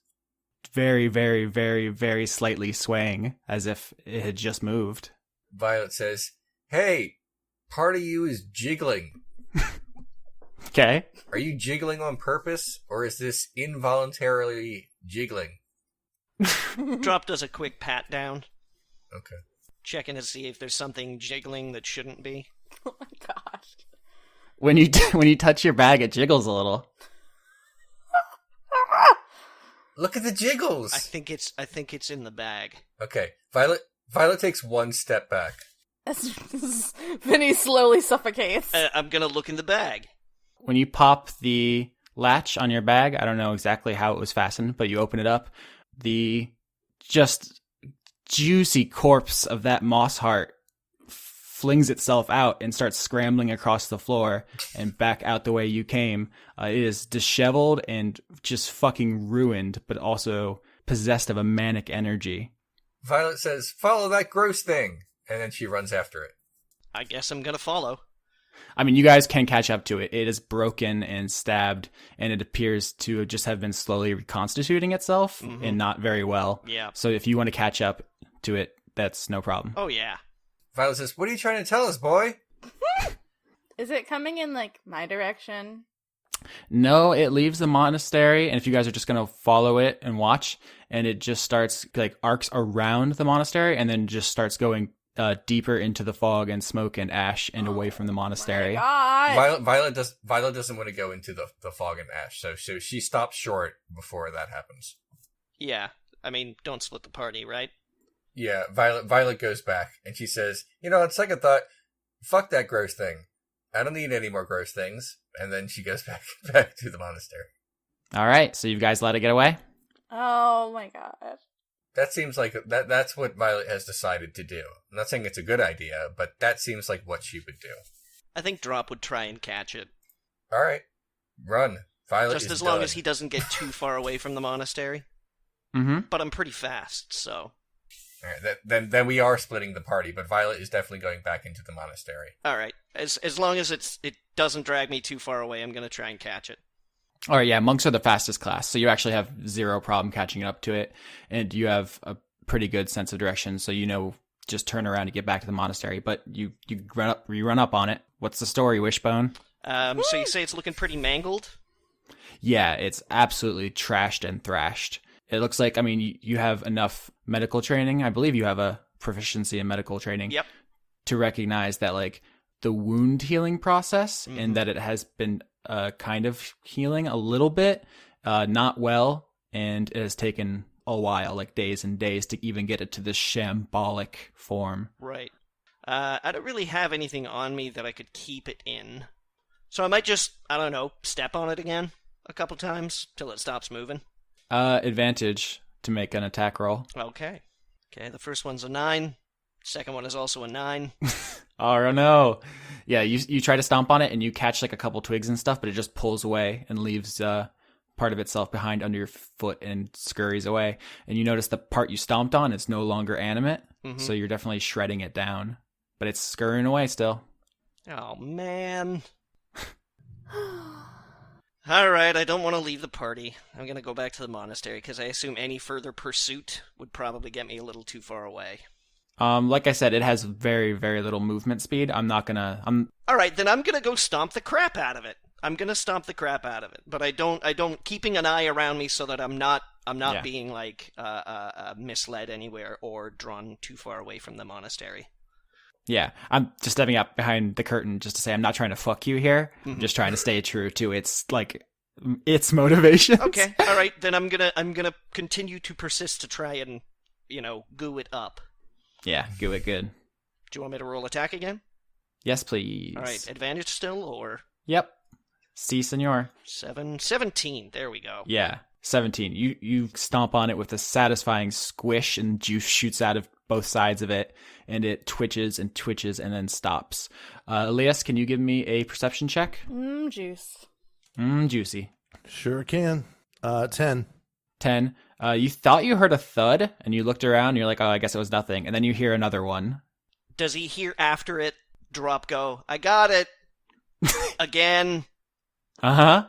Speaker 7: Very, very, very, very slightly swaying as if it had just moved.
Speaker 3: Violet says, "Hey, part of you is jiggling.
Speaker 7: Okay.
Speaker 3: Are you jiggling on purpose, or is this involuntarily jiggling?"
Speaker 6: Drop does a quick pat down,
Speaker 3: Okay.
Speaker 6: checking to see if there's something jiggling that shouldn't be.
Speaker 5: Oh my gosh. [laughs]
Speaker 7: When you [laughs] when you touch your bag, it jiggles a little.
Speaker 3: Look at the jiggles.
Speaker 6: I think it's I think it's in the bag.
Speaker 3: okay. Violet. Violet takes one step back.
Speaker 5: As Vinny slowly suffocates.
Speaker 6: Uh, I'm gonna look in the bag.
Speaker 7: When you pop the latch on your bag, I don't know exactly how it was fastened, but you open it up. The just juicy corpse of that moss heart flings itself out and starts scrambling across the floor and back out the way you came. Uh, it is disheveled and just fucking ruined, but also possessed of a manic energy.
Speaker 3: Violet says, "Follow that gross thing," and then she runs after it.
Speaker 6: I guess I'm gonna follow.
Speaker 7: I mean, you guys can catch up to it. It is broken and stabbed, and it appears to just have been slowly reconstituting itself
Speaker 6: Mhm.
Speaker 7: and not very well.
Speaker 6: Yeah.
Speaker 7: So if you want to catch up to it, that's no problem.
Speaker 6: Oh yeah.
Speaker 3: Violet says, "What are you trying to tell us, boy?"
Speaker 5: Is it coming in like my direction?
Speaker 7: No, it leaves the monastery, and if you guys are just gonna follow it and watch, and it just starts like arcs around the monastery, and then just starts going uh, deeper into the fog and smoke and ash and
Speaker 6: Oh
Speaker 7: away from the monastery.
Speaker 5: Oh My God.
Speaker 3: Violet, Violet does. Violet doesn't want to go into the, the fog and ash, so so she stops short before that happens.
Speaker 6: Yeah. I mean, don't split the party, right?
Speaker 3: Yeah, Violet. Violet goes back and she says, "You know, on second thought, fuck that gross thing. I don't need any more gross things." And then she goes [laughs] back back to the monastery.
Speaker 7: All right, so you guys let it get away.
Speaker 5: Oh my god.
Speaker 3: That seems like that. That's what Violet has decided to do. I'm not saying it's a good idea, but that seems like what she would do.
Speaker 6: I think Drop would try and catch it.
Speaker 3: All right, run, Violet.
Speaker 6: Just
Speaker 3: is
Speaker 6: as long
Speaker 3: done.
Speaker 6: as he doesn't get too far away from the monastery.
Speaker 7: Mm-hmm.
Speaker 6: But I'm pretty fast, so.
Speaker 3: All right, that, then then we are splitting the party, but Violet is definitely going back into the monastery.
Speaker 6: All right. As as long as it's it doesn't drag me too far away, I'm going to try and catch it.
Speaker 7: All right, yeah, monks are the fastest class, so you actually have zero problem catching up to it, and you have a pretty good sense of direction, so you know just turn around and get back to the monastery. But you you run up you run up on it. What's the story, Wishbone?
Speaker 6: Um so you say it's looking pretty mangled?
Speaker 7: Yeah, it's absolutely trashed and thrashed. It looks like I mean you, you have enough medical training. I believe you have a proficiency in medical training.
Speaker 6: Yep.
Speaker 7: to recognize that like the wound healing process
Speaker 6: Mhm.
Speaker 7: and that it has been uh, kind of healing a little bit, uh, not well, and it has taken a while, like days and days, to even get it to this shambolic form.
Speaker 6: Right. Uh, I don't really have anything on me that I could keep it in. So I might just, I don't know, step on it again a couple times till it stops moving.
Speaker 7: Uh, advantage to make an attack roll.
Speaker 6: Okay. Okay, the first one's a nine. Second one is also a nine.
Speaker 7: Oh no! Yeah, you you try to stomp on it and you catch like a couple twigs and stuff, but it just pulls away and leaves uh, part of itself behind under your foot and scurries away. And you notice the part you stomped on is no longer animate,
Speaker 6: Mhm.
Speaker 7: so you're definitely shredding it down, but it's scurrying away still.
Speaker 6: Oh, man. Alright, I don't want to leave the party. I'm going to go back to the monastery because I assume any further pursuit would probably get me a little too far away.
Speaker 7: Um, like I said, it has very very little movement speed. I'm not gonna. I'm
Speaker 6: Alright, then I'm going to go stomp the crap out of it. I'm going to stomp the crap out of it. But I don't, I don't, keeping an eye around me so that I'm not. I'm not
Speaker 7: Yeah.
Speaker 6: being like uh, uh, uh, misled anywhere or drawn too far away from the monastery.
Speaker 7: yeah. I'm just stepping up behind the curtain just to say I'm not trying to fuck you here.
Speaker 6: Mhm.
Speaker 7: I'm just trying to stay true to its like its motivation.
Speaker 6: Okay, all right, then I'm gonna I'm gonna continue to persist to try and you know goo it up.
Speaker 7: [laughs] yeah. Do it good.
Speaker 6: Do you want me to roll attack again?
Speaker 7: Yes, please.
Speaker 6: All right, advantage still or
Speaker 7: Yep. Si, senor.
Speaker 6: seven seventeen. There we go.
Speaker 7: Yeah. 17. You you stomp on it with a satisfying squish and juice shoots out of both sides of it and it twitches and twitches and then stops. Uh, Elias, can you give me a perception check?
Speaker 5: [gasps] Mmm,
Speaker 3: [laughs]
Speaker 5: juice.
Speaker 7: Mm, juicy.
Speaker 2: Sure can. Uh, 10.
Speaker 7: 10. Uh, you thought you heard a thud and you looked around and you're like, oh, I guess it was nothing. And then you hear another one.
Speaker 6: Does he hear after it? Drop go. I got it. again.
Speaker 7: Uh huh.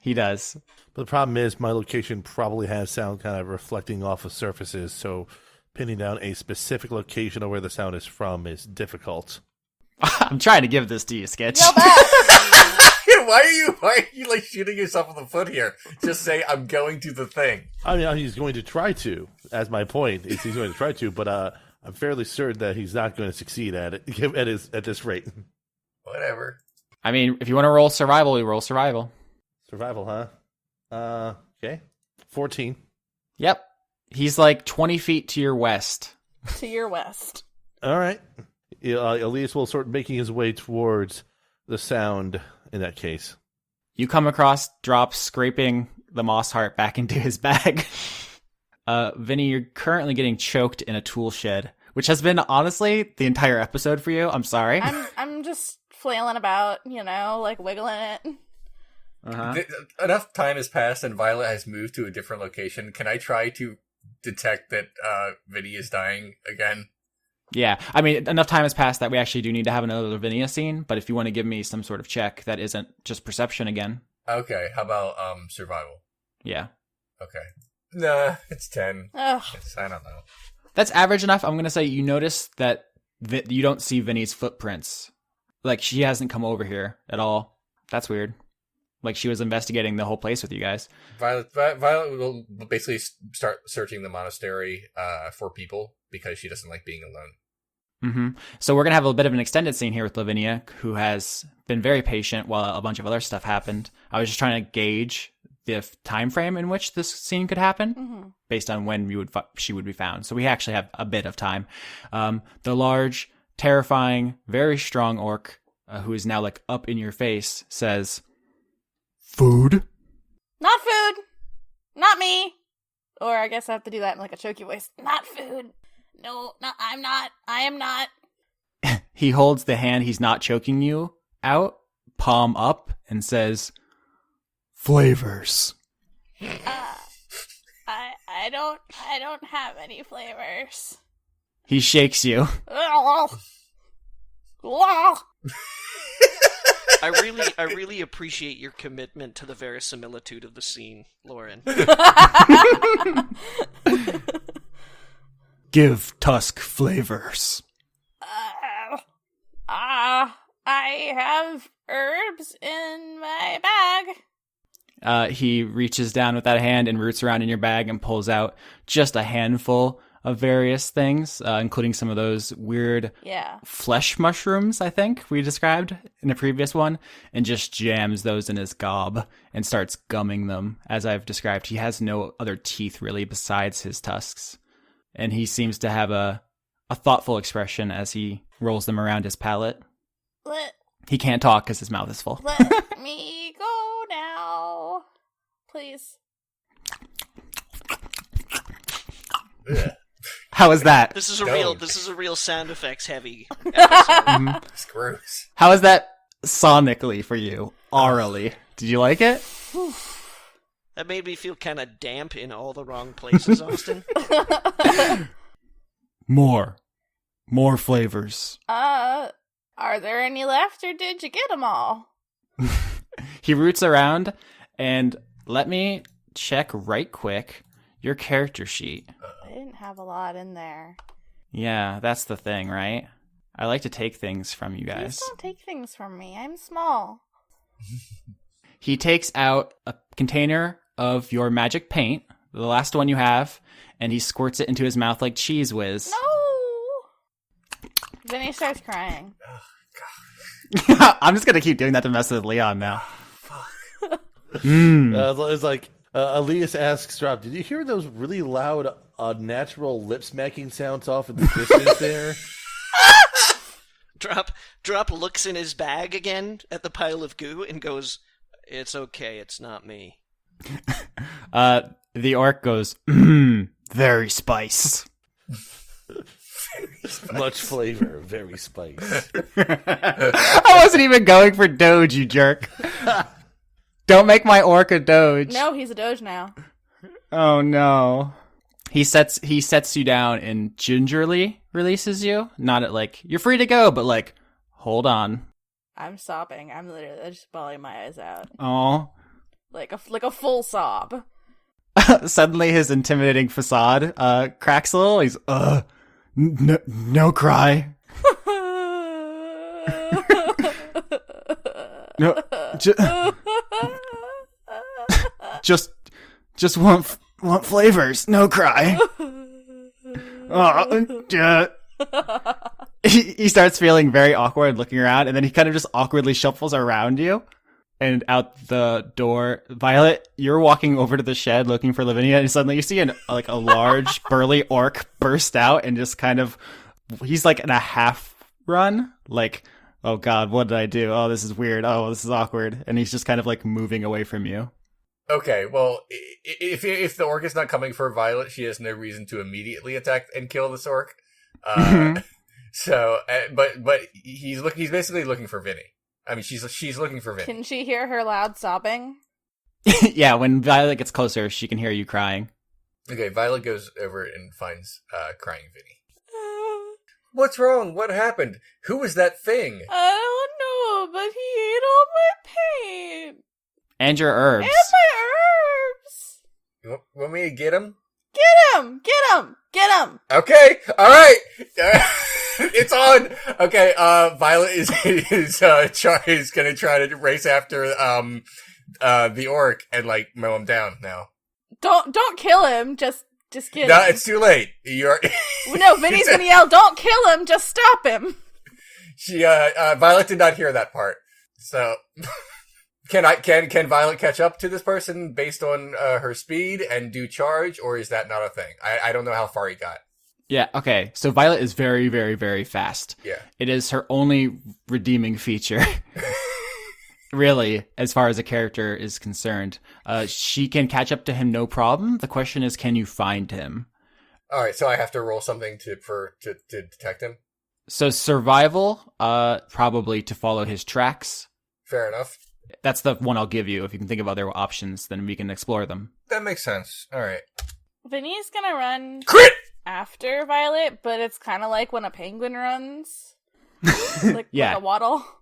Speaker 7: He does. [laughs]
Speaker 2: But the problem is, my location probably has sound kind of reflecting off of surfaces, so pinning down a specific location of where the sound is from is difficult.
Speaker 7: I'm trying to give this to you, Sketch.
Speaker 5: Yell back!
Speaker 3: [laughs] why are you? Why are you like shooting yourself in the foot here? Just say I'm going to the thing.
Speaker 2: I mean, he's going to try to. As my point is, he's going to try to, but uh, I'm fairly certain that he's not going to succeed at it [laughs] at his at this rate.
Speaker 3: Whatever.
Speaker 7: I mean, if you want to roll survival, we roll survival.
Speaker 2: Survival, huh? Uh, okay, fourteen.
Speaker 7: Yep. He's like 20 feet to your west.
Speaker 5: to your west.
Speaker 2: All right. Uh, Elias will start making his way towards the sound. In that case,
Speaker 7: You come across Drop scraping the moss heart back into his bag. [laughs] Uh, Vinny, you're currently getting choked in a tool shed, which has been honestly the entire episode for you. I'm sorry.
Speaker 5: I'm I'm just flailing about, you know, like wiggling it.
Speaker 7: Uh-huh.
Speaker 3: Th- enough time has passed and Violet has moved to a different location. Can I try to detect that uh, Vinny is dying again?
Speaker 7: Yeah, I mean, enough time has passed that we actually do need to have another Lavinia scene. But if you want to give me some sort of check that isn't just perception again,
Speaker 3: Okay, how about um survival?
Speaker 7: yeah,
Speaker 3: Okay. Nah, it's ten.
Speaker 5: Ugh.
Speaker 3: It's, I don't know.
Speaker 7: that's average enough. I'm gonna say you notice that Vi- you don't see Vinny's footprints. Like she hasn't come over here at all. That's weird. Like she was investigating the whole place with you guys.
Speaker 3: Violet, Vi- Violet will basically s- start searching the monastery uh, for people because she doesn't like being alone.
Speaker 7: hmm So we're gonna have a bit of an extended scene here with Lavinia, who has been very patient while a bunch of other stuff happened. I was just trying to gauge the f- time frame in which this scene could happen.
Speaker 5: Mhm.
Speaker 7: based on when we would fi- she would be found. So we actually have a bit of time. Um, the large, terrifying, very strong orc uh, who is now like up in your face says, "Food."
Speaker 5: Not food. Not me. Or I guess I have to do that in like a choky voice. Not food. No, not I'm not. I am not.
Speaker 7: He holds the hand he's not choking you out, palm up, and says, "Flavors."
Speaker 5: Uh, I I don't I don't have any flavors.
Speaker 7: He shakes you.
Speaker 5: Ugh. [laughs] Ugh.
Speaker 6: I really, I really appreciate your commitment to the verisimilitude of the scene, Lauren.
Speaker 7: Give Tusk flavors.
Speaker 5: Uh, uh, I have herbs in my bag.
Speaker 7: Uh, he reaches down with that hand and roots around in your bag and pulls out just a handful of various things, uh, including some of those weird
Speaker 5: Yeah.
Speaker 7: flesh mushrooms, I think we described in the previous one, and just jams those in his gob and starts gumming them, as I've described. He has no other teeth really besides his tusks, and he seems to have a, a thoughtful expression as he rolls them around his palate.
Speaker 5: Let
Speaker 7: He can't talk because his mouth is full.
Speaker 5: let me go now. Please.
Speaker 7: How is that? [laughs]
Speaker 6: This is a
Speaker 3: Don't.
Speaker 6: real, this is a real sound effects heavy
Speaker 7: [laughs]
Speaker 6: episode.
Speaker 7: Mhm.
Speaker 3: It's gross.
Speaker 7: How is that sonically for you? Orally. Did you like it?
Speaker 6: that made me feel kind of damp in all the wrong places, Austin.
Speaker 7: More. More flavors.
Speaker 5: Uh, are there any left, or did you get them all?
Speaker 7: He roots around and let me check right quick your character sheet.
Speaker 5: I didn't have a lot in there.
Speaker 7: Yeah, that's the thing, right? I like to take things from you
Speaker 5: Please
Speaker 7: guys.
Speaker 5: don't take things from me. I'm small.
Speaker 7: He takes out a container of your magic paint, the last one you have, and he squirts it into his mouth like cheese whiz.
Speaker 5: No. Vinny starts crying.
Speaker 7: [laughs] I'm just gonna keep doing that to mess with Leon now. Mm.
Speaker 2: Uh, it's like uh, Elias asks Rob, "Did you hear those really loud, unnatural lip smacking sounds off in the distance there?"
Speaker 6: Drop, drop looks in his bag again at the pile of goo and goes, "It's okay, it's not me."
Speaker 7: Uh, the orc goes, mm, very spice.
Speaker 2: Much flavor, very spice.
Speaker 7: I wasn't even going for Doge, you [laughs] jerk. Don't make my orc a Doge.
Speaker 5: No, he's a doge now.
Speaker 7: Oh no. He sets he sets you down and gingerly releases you. Not at like you're free to go, but like hold on.
Speaker 5: I'm sobbing. I'm literally I'm just bawling my eyes out,
Speaker 7: Oh.
Speaker 5: like a like a full sob. [laughs]
Speaker 7: Suddenly his intimidating facade uh cracks a little. He's uh no, no cry. No. ju- just just want f- want flavors. No cry. Uh, uh, he, he starts feeling very awkward looking around and then he kind of just awkwardly shuffles around you and out the door violet you're walking over to the shed looking for lavinia and suddenly you see an like a large burly orc burst out and just kind of he's like in a half run like oh god what did i do oh this is weird oh this is awkward and he's just kind of like moving away from you
Speaker 3: Okay, well, i- i- if if the orc is not coming for Violet, she has no reason to immediately attack and kill this orc. Uh,
Speaker 4: Mhm.
Speaker 3: [laughs] so, uh, but but he's look he's basically looking for Vinny. I mean, she's she's looking for Vinny.
Speaker 5: Can she hear her loud sobbing?
Speaker 7: [laughs] yeah, when Violet gets closer, she can hear you crying.
Speaker 3: Okay, Violet goes over and finds uh, crying Vinny. What's wrong? What happened? Who was that thing?
Speaker 5: I don't know, but he ate all my paint
Speaker 7: And your herbs.
Speaker 5: and my herbs.
Speaker 3: You want, want me to get him?
Speaker 5: Get him! Get him! Get him!
Speaker 3: Okay, all right. [laughs] it's on. Okay, uh, Violet is [laughs] is uh, try, is gonna try to race after um uh the orc and like mow him down now.
Speaker 5: Don't don't kill him. Just just get
Speaker 3: No,
Speaker 5: him.
Speaker 3: it's too late. You're
Speaker 5: [laughs]
Speaker 3: [laughs]
Speaker 5: No, Vinny's gonna yell, "Don't kill him! Just stop him!"
Speaker 3: she uh, uh Violet did not hear that part. So [laughs] can I can can Violet catch up to this person based on uh, her speed and do charge, or is that not a thing? I I don't know how far he got.
Speaker 7: Yeah, okay. So Violet is very, very, very fast.
Speaker 3: Yeah.
Speaker 7: It is her only redeeming feature. [laughs] really, as far as a character is concerned. Uh, she can catch up to him no problem. The question is, can you find him?
Speaker 3: All right, so I have to roll something to for to to detect him.
Speaker 7: So survival, uh, probably to follow his tracks.
Speaker 3: Fair enough.
Speaker 7: That's the one I'll give you. If you can think of other options, then we can explore them.
Speaker 3: That makes sense. All right.
Speaker 5: Vinny's gonna run
Speaker 3: Crit.
Speaker 5: after Violet, but it's kind of like when a penguin
Speaker 3: [laughs]
Speaker 5: runs, like
Speaker 7: Yeah.
Speaker 5: like a waddle. [laughs]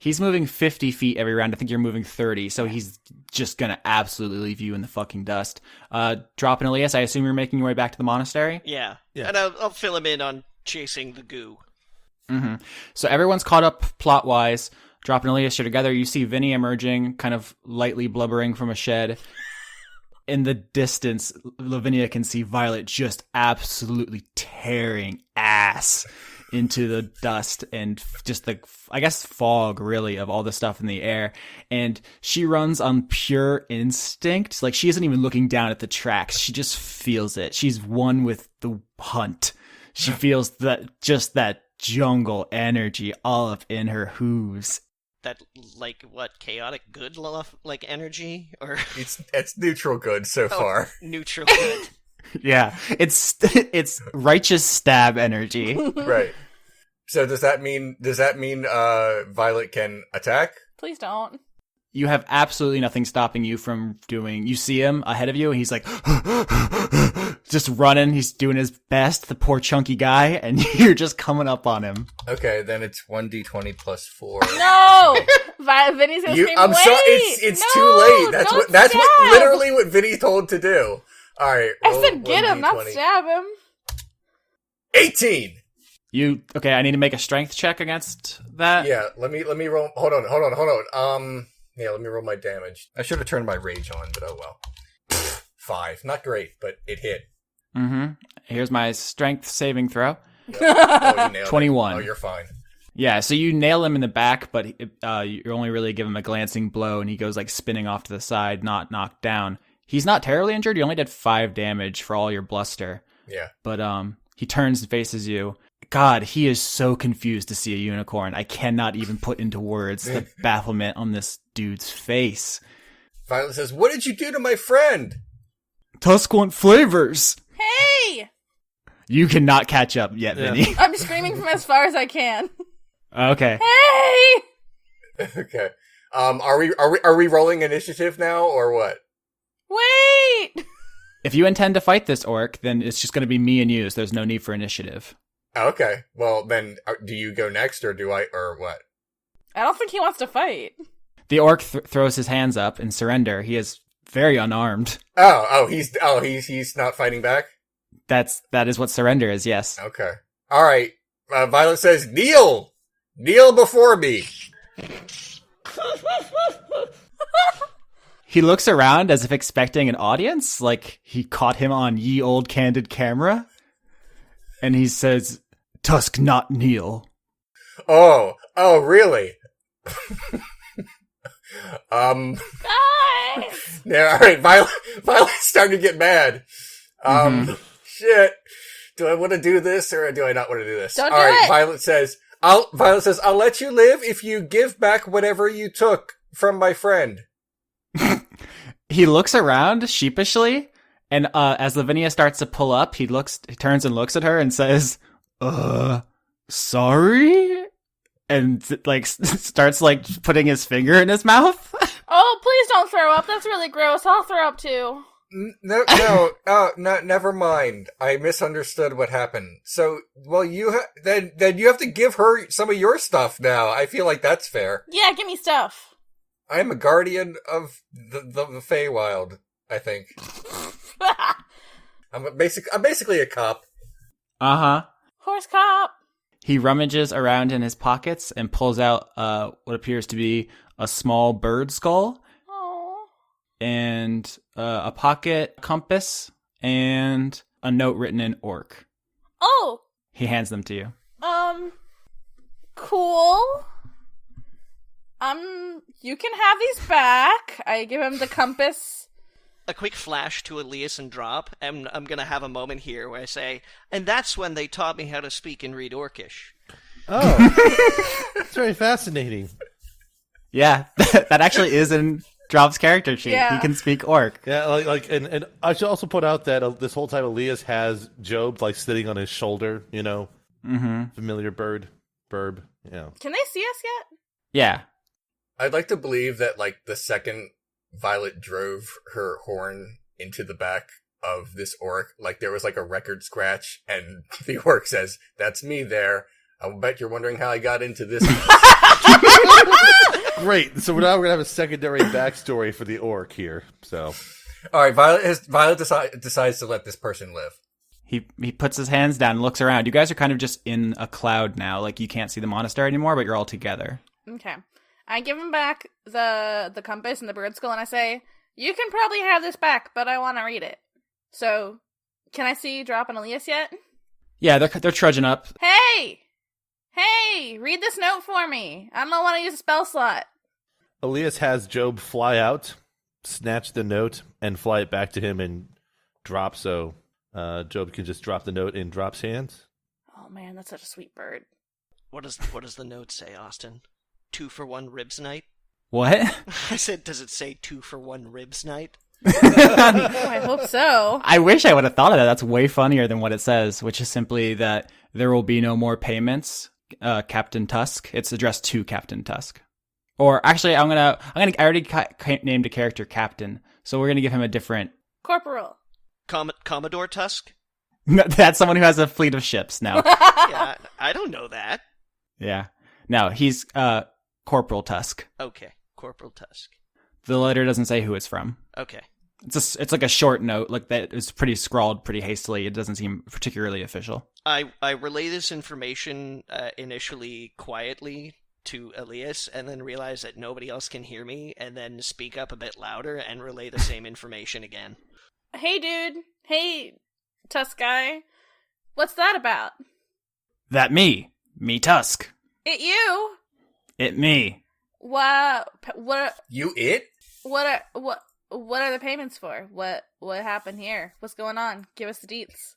Speaker 7: He's moving 50 feet every round. I think you're moving 30, so he's just gonna absolutely leave you in the fucking dust. Uh, dropping Elias, I assume you're making your way back to the monastery?
Speaker 6: Yeah.
Speaker 2: Yeah.
Speaker 6: And I'll, I'll fill him in on chasing the goo.
Speaker 7: hmm So everyone's caught up plot wise. Drop and Elias are together. You see Vinny emerging, kind of lightly blubbering from a shed. In the distance, Lavinia can see Violet just absolutely tearing ass into the dust and f- just the, I guess, fog really of all the stuff in the air. And she runs on pure instinct. Like she isn't even looking down at the tracks. She just feels it. She's one with the hunt. She feels that just that jungle energy all up in her hooves.
Speaker 6: That, like, what, chaotic good, lo- like, energy? Or
Speaker 3: It's it's neutral good so
Speaker 5: Oh. [laughs]
Speaker 6: [laughs]
Speaker 3: far.
Speaker 6: neutral good?
Speaker 7: Yeah, it's [laughs] it's righteous stab energy.
Speaker 3: right. So does that mean does that mean uh Violet can attack?
Speaker 5: Please don't.
Speaker 7: You have absolutely nothing stopping you from doing. You see him ahead of you, and he's like [gasps] just running. He's doing his best, the poor chunky guy, and [laughs] you're just coming up on him.
Speaker 3: Okay, then it's one d twenty
Speaker 5: [laughs]
Speaker 3: plus four.
Speaker 5: No, Vi- Vinny's gonna
Speaker 3: You,
Speaker 5: scream.
Speaker 3: I'm
Speaker 5: Wait!
Speaker 3: sorry. It's it's
Speaker 5: No!
Speaker 3: too late. That's
Speaker 5: Don't
Speaker 3: what that's what
Speaker 5: stab!"
Speaker 3: literally Oh, what Vinny told to do. All right.
Speaker 5: I
Speaker 3: roll
Speaker 5: said, get him, not
Speaker 3: 1d20.
Speaker 5: stab him.
Speaker 3: Eighteen.
Speaker 7: You okay? I need to make a strength check against that.
Speaker 3: Yeah. Let me let me roll. Hold on. Hold on. Hold on. Um. Yeah. Let me roll my damage. I should have turned my rage on, but oh well. Five. Not great, but it
Speaker 5: [laughs]
Speaker 3: hit.
Speaker 7: Mm-hmm. Here's my strength saving throw.
Speaker 3: Oh, you nailed it.
Speaker 7: 21.
Speaker 3: Oh, you're fine.
Speaker 7: Yeah, so you nail him in the back, but uh, you only really give him a glancing blow, and he goes like spinning off to the side, not knocked down. He's not terribly injured. You only did five damage for all your bluster,
Speaker 3: Yeah.
Speaker 7: but um, he turns and faces you. God, he is so confused to see a unicorn. I cannot even put into words the bafflement on this dude's face.
Speaker 3: Violet says, "What did you do to my friend?" [laughs]
Speaker 7: Tusquant flavors.
Speaker 5: Hey!
Speaker 7: You cannot catch up yet,
Speaker 2: Yeah.
Speaker 7: Vinny. [laughs]
Speaker 5: I'm screaming from as far as I can.
Speaker 7: okay.
Speaker 5: Hey!
Speaker 3: Okay. Um, are we are we are we rolling initiative now or what?
Speaker 5: Wait!
Speaker 7: If you intend to fight this orc, then it's just going to be me and you. So there's no need for initiative.
Speaker 3: Oh, Okay. Well, then, uh, do you go next or do I or what?
Speaker 5: I don't think he wants to fight.
Speaker 7: The orc th- throws his hands up in surrender. He is very unarmed.
Speaker 3: Oh, oh, he's oh he's he's not fighting back.
Speaker 7: That's that is what surrender is. Yes.
Speaker 3: Okay. All right. Uh, Violet says, "Kneel, kneel before me."
Speaker 7: He looks around as if expecting an audience, like he caught him on ye old candid camera, and he says, "Tusk, not kneel."
Speaker 3: Oh, oh, really? [laughs] um.
Speaker 5: Guys!
Speaker 3: Yeah. All right. Violet, [laughs] Violet's starting to get mad. Um. Shit. Do I want to do this or do I not want to do this?
Speaker 5: Don't
Speaker 3: All
Speaker 5: do
Speaker 3: right.
Speaker 5: it.
Speaker 3: Violet says, "I'll." Violet says, "I'll let you live if you give back whatever you took from my friend."
Speaker 7: he looks around sheepishly, and uh, as Lavinia starts to pull up, he looks, he turns and looks at her and says, "Uh, sorry," and like [laughs] starts like putting his finger in his mouth. [laughs]
Speaker 5: Oh, please don't throw up. That's really gross. I'll throw up too.
Speaker 3: N- [laughs] No, no, oh, no, never mind. I misunderstood what happened. So, well, you ha- then then you have to give her some of your stuff now. I feel like that's fair.
Speaker 5: Yeah, give me stuff.
Speaker 3: I am a guardian of the the, the Feywild. I think I'm a basic. I'm basically a cop.
Speaker 7: uh huh.
Speaker 5: Horse cop.
Speaker 7: He rummages around in his pockets and pulls out uh, what appears to be a small bird skull
Speaker 5: Oh,
Speaker 7: and uh, a pocket compass and a note written in orc.
Speaker 5: oh,
Speaker 7: He hands them to you.
Speaker 5: um, cool. Um, you can have these back. I give him the compass.
Speaker 6: a quick flash to Elias and Drop, and I'm gonna have a moment here where I say, and that's when they taught me how to speak and read Orcish.
Speaker 2: Oh, it's very fascinating.
Speaker 7: Yeah, [laughs] that actually is in Drop's character sheet. He
Speaker 5: Yeah.
Speaker 7: can speak orc.
Speaker 2: Yeah, like, like and, and I should also point out that uh, this whole time Elias has Job like sitting on his shoulder, you know,
Speaker 7: hmm
Speaker 2: familiar bird, burb, you know.
Speaker 5: Can they see us yet?
Speaker 7: Yeah.
Speaker 3: I'd like to believe that like the second Violet drove her horn into the back of this orc, like there was like a record scratch, and [laughs] the orc says, "That's me there." I bet you're wondering how I got into this.
Speaker 2: Great. So we're now we're gonna have a secondary backstory for the orc here. So
Speaker 3: All right, Violet has, Violet deci- decides to let this person live.
Speaker 7: He he puts his hands down and looks around. You guys are kind of just in a cloud now. Like you can't see the monastery anymore, but you're all together.
Speaker 5: Okay. I give him back the the compass and the bird skull, and I say, "You can probably have this back, but I want to read it. So, can I see Drop and Elias yet?
Speaker 7: Yeah, they're they're trudging up.
Speaker 5: Hey, hey, read this note for me. I don't want to use a spell slot.
Speaker 2: Elias has Job fly out, snatch the note, and fly it back to him and drop so uh, Job can just drop the note in Drop's hands.
Speaker 5: Oh man, that's such a sweet bird.
Speaker 6: What does what does the note say, Austin? Two for one ribs night. [laughs]
Speaker 7: What? [laughs]
Speaker 6: I said, does it say two for one ribs night?
Speaker 5: Oh, I hope
Speaker 7: [laughs]
Speaker 5: so.
Speaker 7: I wish I would have thought of that. That's way funnier than what it says, which is simply that there will be no more payments, uh, Captain Tusk. It's addressed to Captain Tusk. Or actually, I'm gonna, I'm gonna, I already ca- ca- named a character Captain, so we're gonna give him a different. [laughs]
Speaker 5: Corporal.
Speaker 6: Com-
Speaker 3: [laughs]
Speaker 6: Commodore Tusk?
Speaker 7: No, That's someone who has a fleet of ships now.
Speaker 6: Yeah, I don't know that.
Speaker 7: yeah. No, he's uh, Corporal Tusk.
Speaker 6: Okay, Corporal Tusk.
Speaker 7: The letter doesn't say who it's from.
Speaker 6: Okay,
Speaker 7: It's a s it's like a short note, like that. It's pretty scrawled, pretty hastily. It doesn't seem particularly official.
Speaker 6: I I relay this information uh, initially quietly to Elias, and then realize that nobody else can hear me, and then speak up a bit louder and relay the same information again.
Speaker 5: Hey, dude. Hey, Tusk guy. What's that about?
Speaker 7: That me, me Tusk,
Speaker 5: It you?
Speaker 7: it me.
Speaker 5: What? What?
Speaker 3: You it?
Speaker 5: What are what what are the payments for? What what happened here? What's going on? Give us the deets.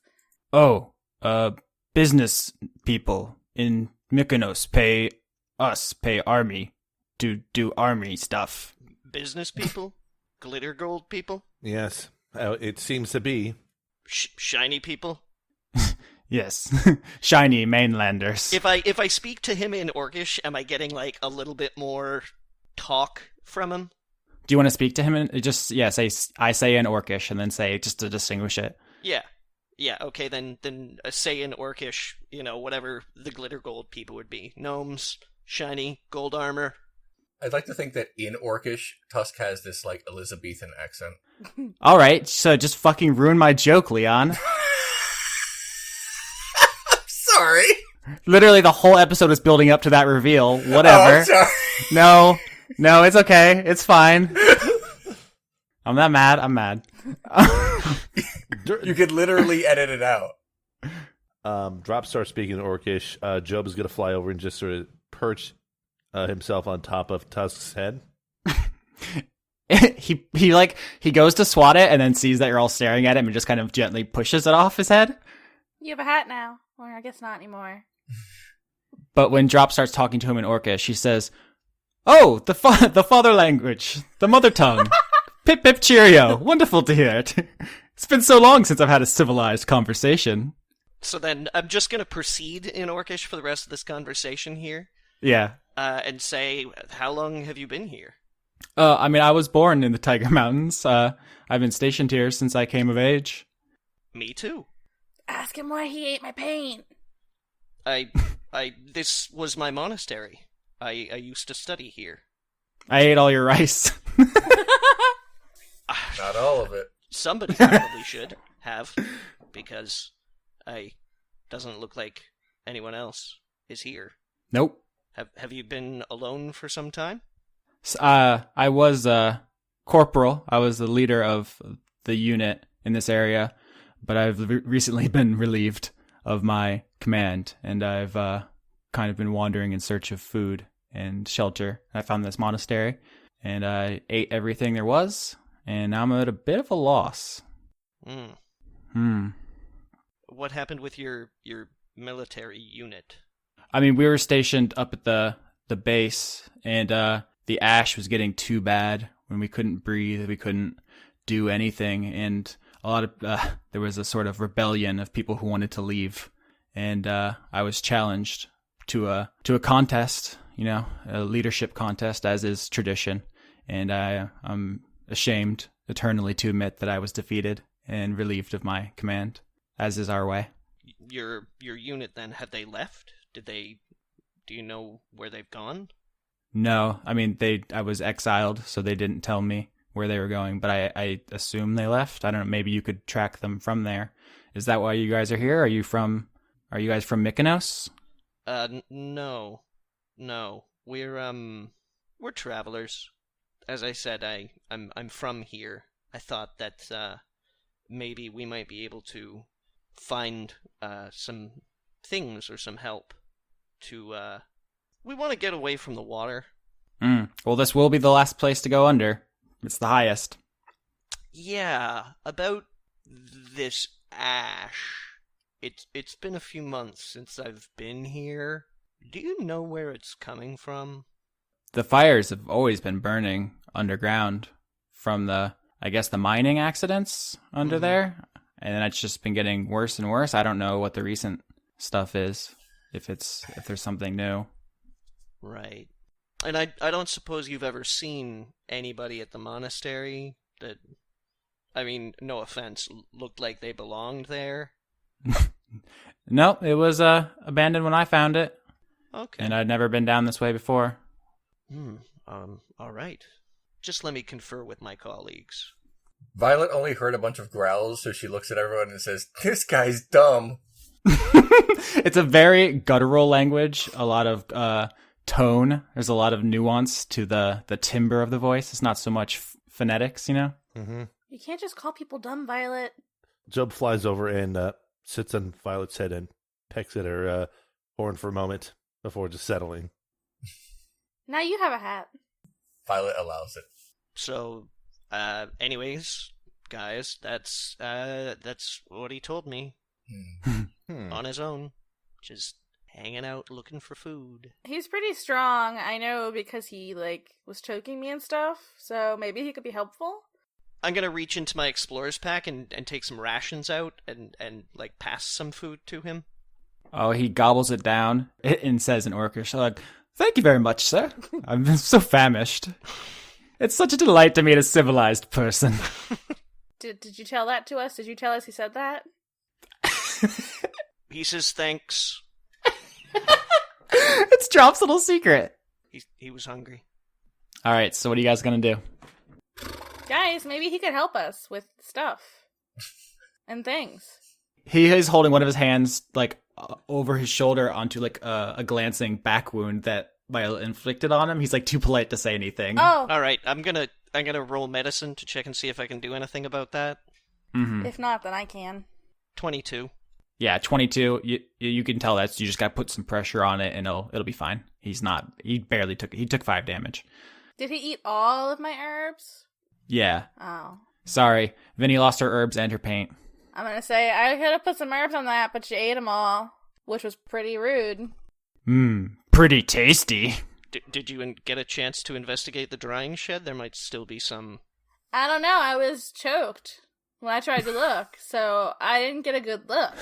Speaker 7: Oh, uh, business people in Mykonos pay us, pay army to do army stuff.
Speaker 6: Business people, glitter gold people,
Speaker 2: Yes, uh, it seems to be.
Speaker 6: sh- shiny people.
Speaker 7: Yes, [laughs] shiny mainlanders.
Speaker 6: If I if I speak to him in Orcish, am I getting like a little bit more talk from him?
Speaker 7: do you want to speak to him? And just yeah, say I say in Orcish, and then say just to distinguish it.
Speaker 6: Yeah. Yeah, okay, then then uh, say in Orcish, you know, whatever the glitter gold people would be. Gnomes, shiny, gold armor.
Speaker 3: I'd like to think that in Orcish, Tusk has this like Elizabethan accent.
Speaker 7: All right, so just fucking ruin my joke, Leon. [laughs]
Speaker 3: I'm sorry.
Speaker 7: Literally, the whole episode is building up to that reveal.
Speaker 3: [laughs] Oh,
Speaker 7: Whatever.
Speaker 3: I'm sorry.
Speaker 7: no, no, it's okay. It's
Speaker 3: [laughs]
Speaker 7: fine. I'm not mad. I'm mad.
Speaker 2: Dur-
Speaker 3: You could literally edit it out.
Speaker 2: Um, Drop starts speaking Orcish. Uh, Job is going to fly over and just sort of perch uh, himself on top of Tusk's head.
Speaker 7: [laughs] he he like he goes to swat it and then sees that you're all staring at him and just kind of gently pushes it off his head.
Speaker 5: You have a hat now, or I guess not anymore.
Speaker 7: But when Drop starts talking [laughs] to him in Orcish, she says, "Oh, the fa- the father language, the mother tongue, Pip pip cheerio. Wonderful to hear it. [laughs] It's been so long since I've had a civilized conversation.
Speaker 6: So then I'm just going to proceed in Orcish for the rest of this conversation here
Speaker 7: Yeah.
Speaker 6: uh, and say, how long have you been here?
Speaker 7: Uh, I mean, I was born in the Tiger Mountains. Uh, I've been stationed here since I came of age.
Speaker 6: Me too.
Speaker 5: Ask him why he ate my paint.
Speaker 6: I, I, this was my monastery. I, I used to study here.
Speaker 7: I ate all your rice. [laughs]
Speaker 3: Not all of it.
Speaker 6: Ah, Somebody probably should have, because I doesn't look like anyone else is here.
Speaker 7: nope.
Speaker 6: Have Have you been alone for some time?
Speaker 7: S- Uh, I was uh, corporal. I was the leader of the unit in this area, but I've re- recently [laughs] been relieved of my command, and I've uh, kind of been wandering in search of food and shelter. I found this monastery, and I ate everything there was, and now I'm at a bit of a loss.
Speaker 6: Hmm.
Speaker 7: Hmm.
Speaker 6: What happened with your your military unit?
Speaker 7: I mean, we were stationed up at the the base, and uh, the ash was getting too bad when we couldn't breathe, we couldn't do anything, and a lot of [laughs] uh, there was a sort of rebellion of people who wanted to leave, and uh, I was challenged to a to a contest, you know, a leadership contest, as is tradition, and I I'm ashamed eternally to admit that I was defeated and relieved of my command, as is our way.
Speaker 6: Your your unit then have they left? Did they? Do you know where they've gone?
Speaker 7: No, I mean they. I was exiled, so they didn't tell me where they were going. But I, I assume they left. I don't know. Maybe you could track them from there. Is that why you guys are here? Are you from? Are you guys from Mykonos?
Speaker 6: Uh, n- no, no. We're um, we're travelers. As I said, I I'm I'm from here. I thought that uh, maybe we might be able to find uh some things or some help to uh. We want to get away from the water.
Speaker 7: Mm. Well, this will be the last place to go under. It's the highest.
Speaker 6: Yeah, about this ash. It's it's been a few months since I've been here. Do you know where it's coming from?
Speaker 7: The fires have always been burning underground from the, I guess, the mining accidents under
Speaker 6: Mhm.
Speaker 7: there, and it's just been getting worse and worse. I don't know what the recent stuff is. If it's if there's something new.
Speaker 6: Right. And I I don't suppose you've ever seen anybody at the monastery that I mean, no offense, l- looked like they belonged there.
Speaker 7: No, it was uh, abandoned when I found it,
Speaker 6: Okay.
Speaker 7: and I'd never been down this way before.
Speaker 6: Hmm. Um all right. Just let me confer with my colleagues.
Speaker 3: Violet only heard a bunch of growls, so she looks at everyone and says, "This guy's dumb."
Speaker 7: [laughs] it's a very guttural language, a lot of uh, tone. There's a lot of nuance to the the timbre of the voice. It's not so much f- phonetics, you know.
Speaker 2: Mm-hmm.
Speaker 5: You can't just call people dumb, Violet.
Speaker 2: Jub flies over and uh, sits on Violet's head and pecks at her uh, horn for a moment before just settling.
Speaker 5: Now you have a hat.
Speaker 3: Violet allows it.
Speaker 6: So uh anyways, guys, that's uh that's what he told me
Speaker 3: Hmm.
Speaker 2: Hmm.
Speaker 6: on his own. Just hanging out looking for food.
Speaker 5: He's pretty strong, I know, because he like was choking me and stuff. So maybe he could be helpful.
Speaker 6: I'm gonna reach into my explorer's pack and, and take some rations out and, and like pass some food to him.
Speaker 7: Oh, he gobbles it down [laughs] and says in Orcish, like, "Thank you very much, sir. [laughs] I'm so famished. It's such a delight to meet a civilized person." [laughs]
Speaker 5: Did Did you tell that to us? Did you tell us he said that?
Speaker 6: He says thanks.
Speaker 7: it's Drop's little secret.
Speaker 6: He he was hungry.
Speaker 7: All right, so what are you guys gonna do?
Speaker 5: Guys, maybe he could help us with
Speaker 6: [laughs]
Speaker 5: stuff and things.
Speaker 7: He is holding one of his hands like uh, over his shoulder onto like a a glancing back wound that Violet inflicted on him. He's like too polite to say anything.
Speaker 5: Oh,
Speaker 6: All right, I'm gonna I'm gonna roll medicine to check and see if I can do anything about that.
Speaker 7: hmm
Speaker 5: Oh, if not, then I can.
Speaker 6: Twenty two.
Speaker 7: Yeah, twenty two. You you can tell that's you just got to put some pressure on it and it'll it'll be fine. He's not. He barely took. He took five damage.
Speaker 5: Did he eat all of my herbs?
Speaker 7: Yeah.
Speaker 5: Oh,
Speaker 7: Sorry, Vinny lost her herbs and her paint.
Speaker 5: I'm gonna say I could have put some herbs on that, but you ate them all, which was pretty rude.
Speaker 7: Mmm, pretty tasty.
Speaker 6: D- did you in- get a chance to investigate the drying shed? There might still be some
Speaker 5: I don't know. I was choked when I tried to look, so I didn't get a good look.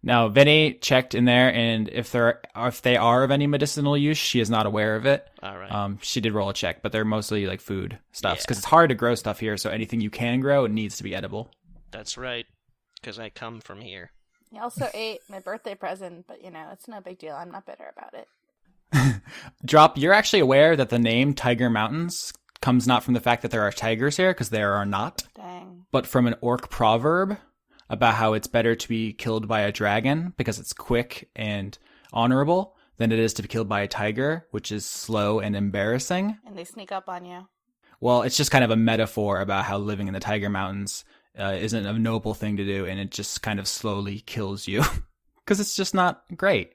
Speaker 7: Now, Vinny checked in there, and if there are, if they are of any medicinal use, she is not aware of it.
Speaker 6: All right.
Speaker 7: Um, she did roll a check, but they're mostly like food stuffs
Speaker 6: Yeah.
Speaker 7: because it's hard to grow stuff here. So anything you can grow, it needs to be edible.
Speaker 6: That's right. Because I come from here.
Speaker 5: I also ate my birthday present, but you know, it's no big deal. I'm not bitter about it.
Speaker 7: Drop, you're actually aware that the name Tiger Mountains comes not from the fact that there are tigers here, because there are not,
Speaker 5: Dang.
Speaker 7: but from an orc proverb about how it's better to be killed by a dragon because it's quick and honorable than it is to be killed by a tiger, which is slow and embarrassing.
Speaker 5: And they sneak up on you.
Speaker 7: Well, it's just kind of a metaphor about how living in the Tiger Mountains uh, isn't a noble thing to do, and it just kind of slowly kills you [laughs] because it's just not great.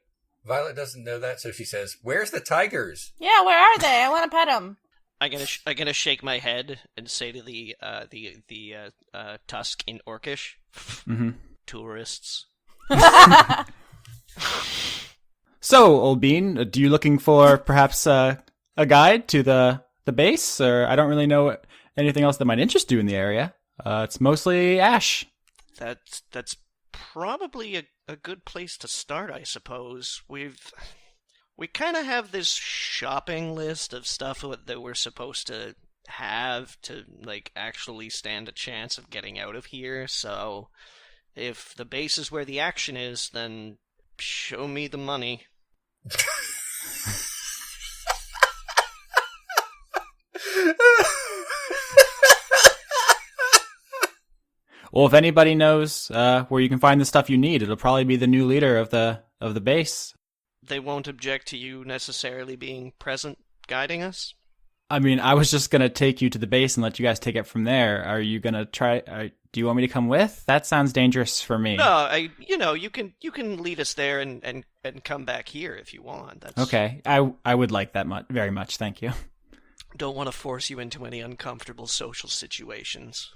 Speaker 3: Violet doesn't know that, so she says, "Where's the tigers?"
Speaker 5: Yeah, where are they? I want to pet them.
Speaker 6: I'm gonna sh- I'm gonna shake my head and say to the uh, the the uh, uh, tusk in Orcish, [laughs]
Speaker 7: hmm
Speaker 6: tourists.
Speaker 7: So, old bean, uh, do you looking for perhaps uh, a guide to the the base, or I don't really know anything else that might interest you in the area? Uh, it's mostly ash.
Speaker 6: That's that's probably a, a good place to start, I suppose. We've we kind of have this shopping list of stuff wh- that we're supposed to have to like actually stand a chance of getting out of here. So if the base is where the action is, then show me the money.
Speaker 7: Well, if anybody knows uh, where you can find the stuff you need, it'll probably be the new leader of the of the base.
Speaker 6: They won't object to you necessarily being present guiding us.
Speaker 7: I mean, I was just gonna take you to the base and let you guys take it from there. Are you gonna try? Are, do you want me to come with? That sounds dangerous for me.
Speaker 6: No, I you know, you can you can lead us there and and and come back here if you want. That's
Speaker 7: Okay, I I would like that much very much. Thank you. [laughs]
Speaker 6: don't want to force you into any uncomfortable social situations.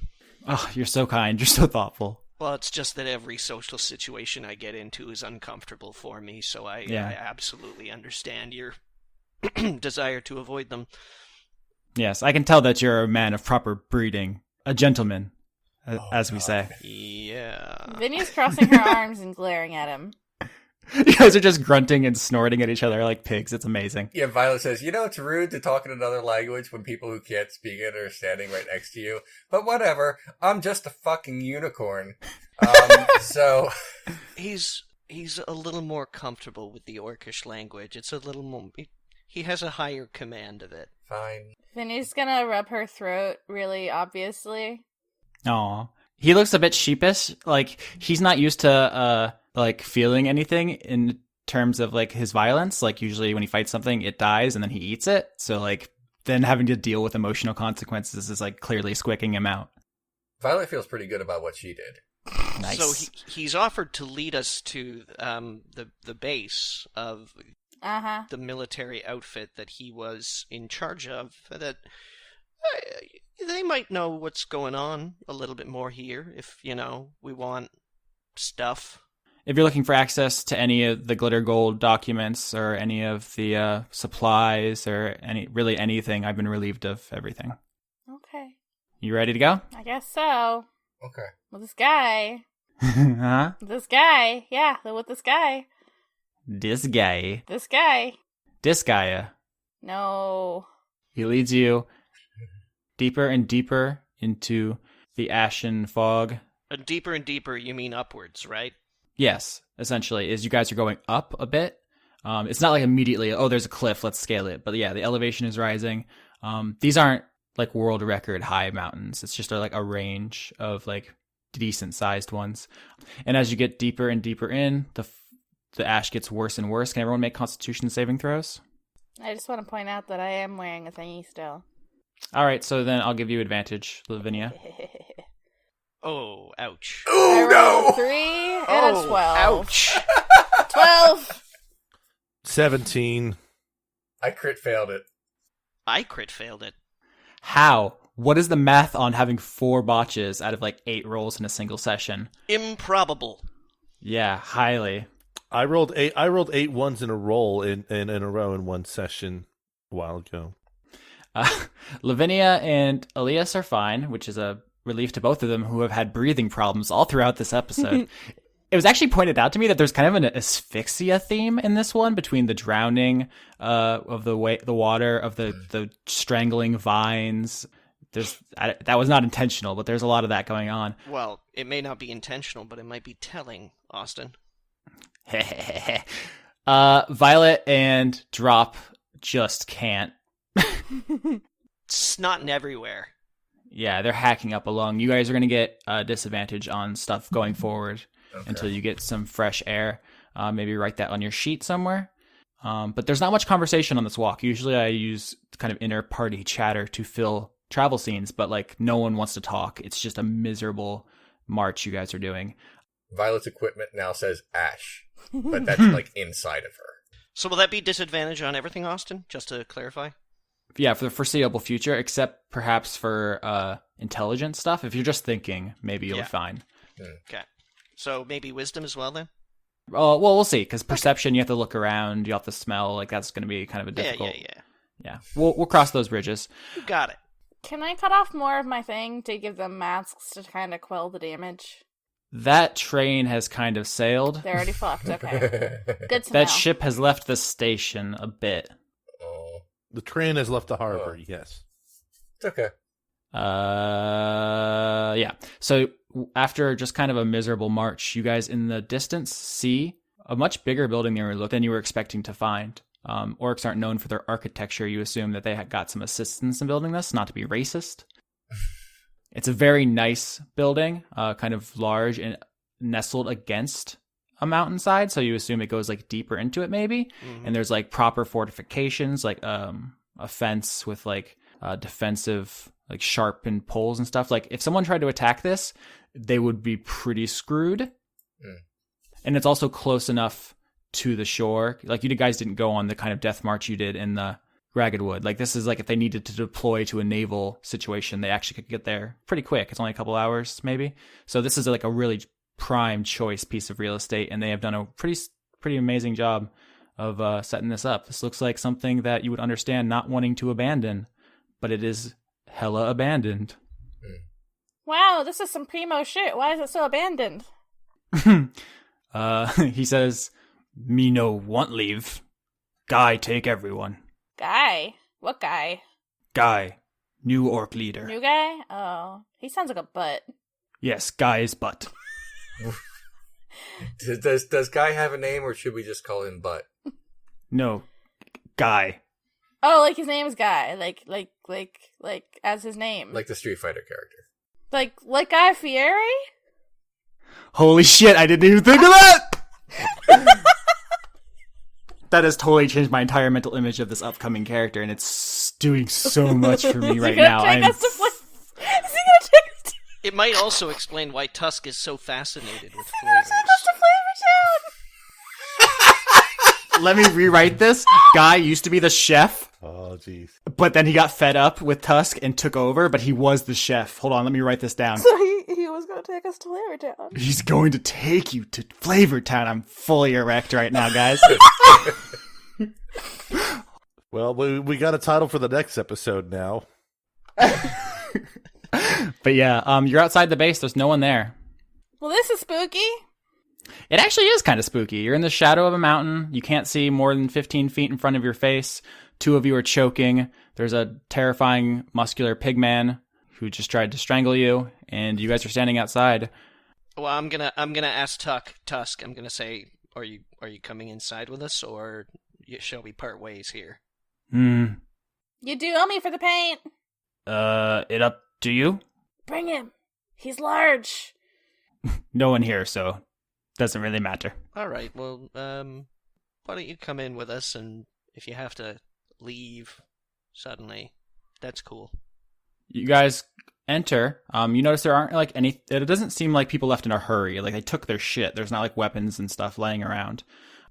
Speaker 7: Oh, you're so kind. You're so thoughtful.
Speaker 6: Well, it's just that every social situation I get into is uncomfortable for me, so I,
Speaker 7: Yeah.
Speaker 6: I absolutely understand your [clears throat] desire to avoid them.
Speaker 7: Yes, I can tell that you're a man of proper breeding, a gentleman, a-
Speaker 3: Oh,
Speaker 7: as we
Speaker 3: God.
Speaker 7: say. [laughs]
Speaker 6: Yeah.
Speaker 5: Vinny's crossing her arms and glaring at him.
Speaker 7: You guys are just grunting and snorting at each other like pigs. It's amazing.
Speaker 3: Yeah, Violet says, you know, it's rude to talk in another language when people who can't speak it are standing right next to you. But whatever, I'm just a fucking unicorn. Um, so,
Speaker 6: He's he's a little more comfortable with the Orcish language. It's a little more he- he has a higher command of it.
Speaker 3: fine.
Speaker 5: Vinny's gonna rub her throat really obviously.
Speaker 7: Aw. He looks a bit sheepish. Like he's not used to uh like feeling anything in terms of like his violence. Like usually when he fights something, it dies and then he eats it. So like then having to deal with emotional consequences is like clearly squicking him out.
Speaker 3: Violet feels pretty good about what she did.
Speaker 7: Nice.
Speaker 6: So he, he's offered to lead us to um, the the base of
Speaker 5: Uh huh.
Speaker 6: the military outfit that he was in charge of that uh, they might know what's going on a little bit more here if you know we want stuff
Speaker 7: if you're looking for access to any of the glitter gold documents or any of the uh, supplies or any really anything, I've been relieved of everything.
Speaker 5: Okay.
Speaker 7: You ready to go? [laughs]
Speaker 5: I guess so.
Speaker 3: Okay.
Speaker 5: Well, this guy.
Speaker 7: huh?
Speaker 5: This guy. Yeah, with this guy.
Speaker 7: This guy,
Speaker 5: This guy.
Speaker 7: this guy. uh,
Speaker 5: No.
Speaker 7: He leads you deeper and deeper into the ashen fog.
Speaker 6: and deeper and deeper you mean upwards right
Speaker 7: Yes, essentially, is you guys are going up a bit. Um, it's not like immediately, oh, there's a cliff, let's scale it. But yeah, the elevation is rising. Um, these aren't like world record high mountains. It's just uh, like a range of like decent sized ones. And as you get deeper and deeper in, the f- the ash gets worse and worse. Can everyone make Constitution saving throws?
Speaker 5: I just want to point out that I am wearing a thingy still.
Speaker 7: All right, so then I'll give you advantage,
Speaker 5: [laughs]
Speaker 7: Lavinia.
Speaker 6: oh ouch
Speaker 5: I
Speaker 3: Oh,
Speaker 5: rolled a
Speaker 3: no!
Speaker 5: Three and
Speaker 6: oh
Speaker 5: a twelve.
Speaker 6: ouch
Speaker 5: [laughs] Twelve.
Speaker 2: 17.
Speaker 3: I crit failed it.
Speaker 6: i crit failed it
Speaker 7: How? What is the math on having four botches out of like eight rolls in a single session?
Speaker 6: improbable
Speaker 7: Yeah, highly.
Speaker 2: I rolled eight. I rolled eight ones in a roll in, in, in a row in one session a while ago.
Speaker 7: Uh, [laughs] Lavinia and Elias are fine, which is a relief to both of them who have had breathing problems all throughout this episode. it was actually pointed out to me that there's kind of an asphyxia theme in this one between the drowning uh, of the way the water of the the strangling vines. There's I, that was not intentional, but there's a lot of that going on.
Speaker 6: Well, it may not be intentional, but it might be telling, Austin.
Speaker 7: [laughs] uh, Violet and Drop just can't.
Speaker 6: Snotting everywhere.
Speaker 7: Yeah, they're hacking up along. You guys are gonna get a disadvantage on stuff going forward until you get some fresh air. Uh, maybe write that on your sheet somewhere. Um, but there's not much conversation on this walk. Usually, I use kind of inner party chatter to fill travel scenes, but like no one wants to talk. It's just a miserable march you guys are doing.
Speaker 3: Violet's equipment now says Ash, but that's like inside of her.
Speaker 6: So will that be disadvantage on everything, Austin? Just to clarify.
Speaker 7: yeah, for the foreseeable future, except perhaps for uh intelligence stuff. If you're just thinking, maybe you'll
Speaker 6: Yeah.
Speaker 7: be fine.
Speaker 6: Okay. So maybe wisdom as well then.
Speaker 7: Oh well, we'll see. Because perception, you have to look around, you have to smell. Like that's going to be kind of a
Speaker 6: Yeah,
Speaker 7: difficult.
Speaker 6: yeah, yeah.
Speaker 7: yeah. We'll we'll cross those bridges.
Speaker 6: You got it.
Speaker 5: Can I cut off more of my thing to give them masks to kind of quell the damage?
Speaker 7: That train has kind of sailed.
Speaker 5: They're already fucked. Okay. Good to know.
Speaker 7: that ship has left the station a bit.
Speaker 3: [laughs] oh,
Speaker 2: The train has left the harbor. Yes.
Speaker 3: it's okay.
Speaker 7: Uh, yeah. So w- after just kind of a miserable march, you guys in the distance see a much bigger building than you were, than you were expecting to find. Um, orcs aren't known for their architecture. You assume that they had got some assistance in building this, not to be racist. It's a very nice building, uh, kind of large and nestled against a mountainside. So you assume it goes like deeper into it, maybe and there's like proper fortifications like um a fence with like uh defensive like sharpened poles and stuff like if someone tried to attack this they would be pretty screwed
Speaker 3: Hmm.
Speaker 7: and it's also close enough to the shore like you guys didn't go on the kind of death march you did in the ragged wood like this is like if they needed to deploy to a naval situation they actually could get there pretty quick it's only a couple hours maybe so this is like a really prime choice piece of real estate and they have done a pretty s- pretty amazing job of uh, setting this up. This looks like something that you would understand not wanting to abandon, but it is hella abandoned.
Speaker 5: wow, this is some primo shit. Why is it so abandoned?
Speaker 7: uh, [laughs] he says, "Me no want leave. Guy take everyone.
Speaker 5: Guy. What guy?
Speaker 7: Guy, new orc leader.
Speaker 5: New guy? Oh, he sounds like a butt.
Speaker 7: yes, guy is butt.
Speaker 3: Does, does does guy have a name, or should we just call him Butt?
Speaker 7: No, guy.
Speaker 5: Oh, like his name is Guy. Like, like, like, like, as his name.
Speaker 3: Like the Street Fighter character.
Speaker 5: like, like Guy Fieri?
Speaker 7: Holy shit! I didn't even think of that." [laughs] That has totally changed my entire mental image of this upcoming character, and it's doing so much for me
Speaker 5: [laughs] Is
Speaker 7: right
Speaker 5: he gonna
Speaker 7: now. I'm
Speaker 5: take us to places? Is he gonna take us to,
Speaker 6: It might also explain why Tusk is so fascinated
Speaker 3: [laughs]
Speaker 6: with
Speaker 5: he's gonna
Speaker 6: flavors.
Speaker 5: take us to Flavor
Speaker 7: [laughs]
Speaker 5: Town?
Speaker 7: let me rewrite this. Guy used to be the chef,
Speaker 2: Oh, jeez.
Speaker 7: but then he got fed up with Tusk and took over, but he was the chef. Hold on, let me write this down.
Speaker 5: [laughs] So he, he was gonna take us to Flavor Town.
Speaker 7: He's going to take you to Flavor Town. I'm fully erect right now, [laughs] guys.
Speaker 2: Well, we we got a title for the next episode now.
Speaker 7: but yeah, um, you're outside the base. There's no one there.
Speaker 5: Well, this is spooky.
Speaker 7: It actually is kind of spooky. You're in the shadow of a mountain. You can't see more than 15 feet in front of your face. Two of you are choking. There's a terrifying muscular pig man who just tried to strangle you, and you guys are standing outside.
Speaker 6: Well, I'm gonna I'm gonna ask Tuck Tusk. I'm gonna say, are you are you coming inside with us, or y- shall we part ways here?
Speaker 7: Hmm.
Speaker 5: You do owe me for the paint.
Speaker 7: Uh, it up to you.
Speaker 5: Bring him. He's large.
Speaker 7: No one here, so doesn't really matter.
Speaker 6: All right. Well, um, why don't you come in with us, and if you have to leave suddenly, that's cool.
Speaker 7: You guys enter. Um, you notice there aren't like any. It doesn't seem like people left in a hurry. Like they took their shit. There's not like weapons and stuff laying around.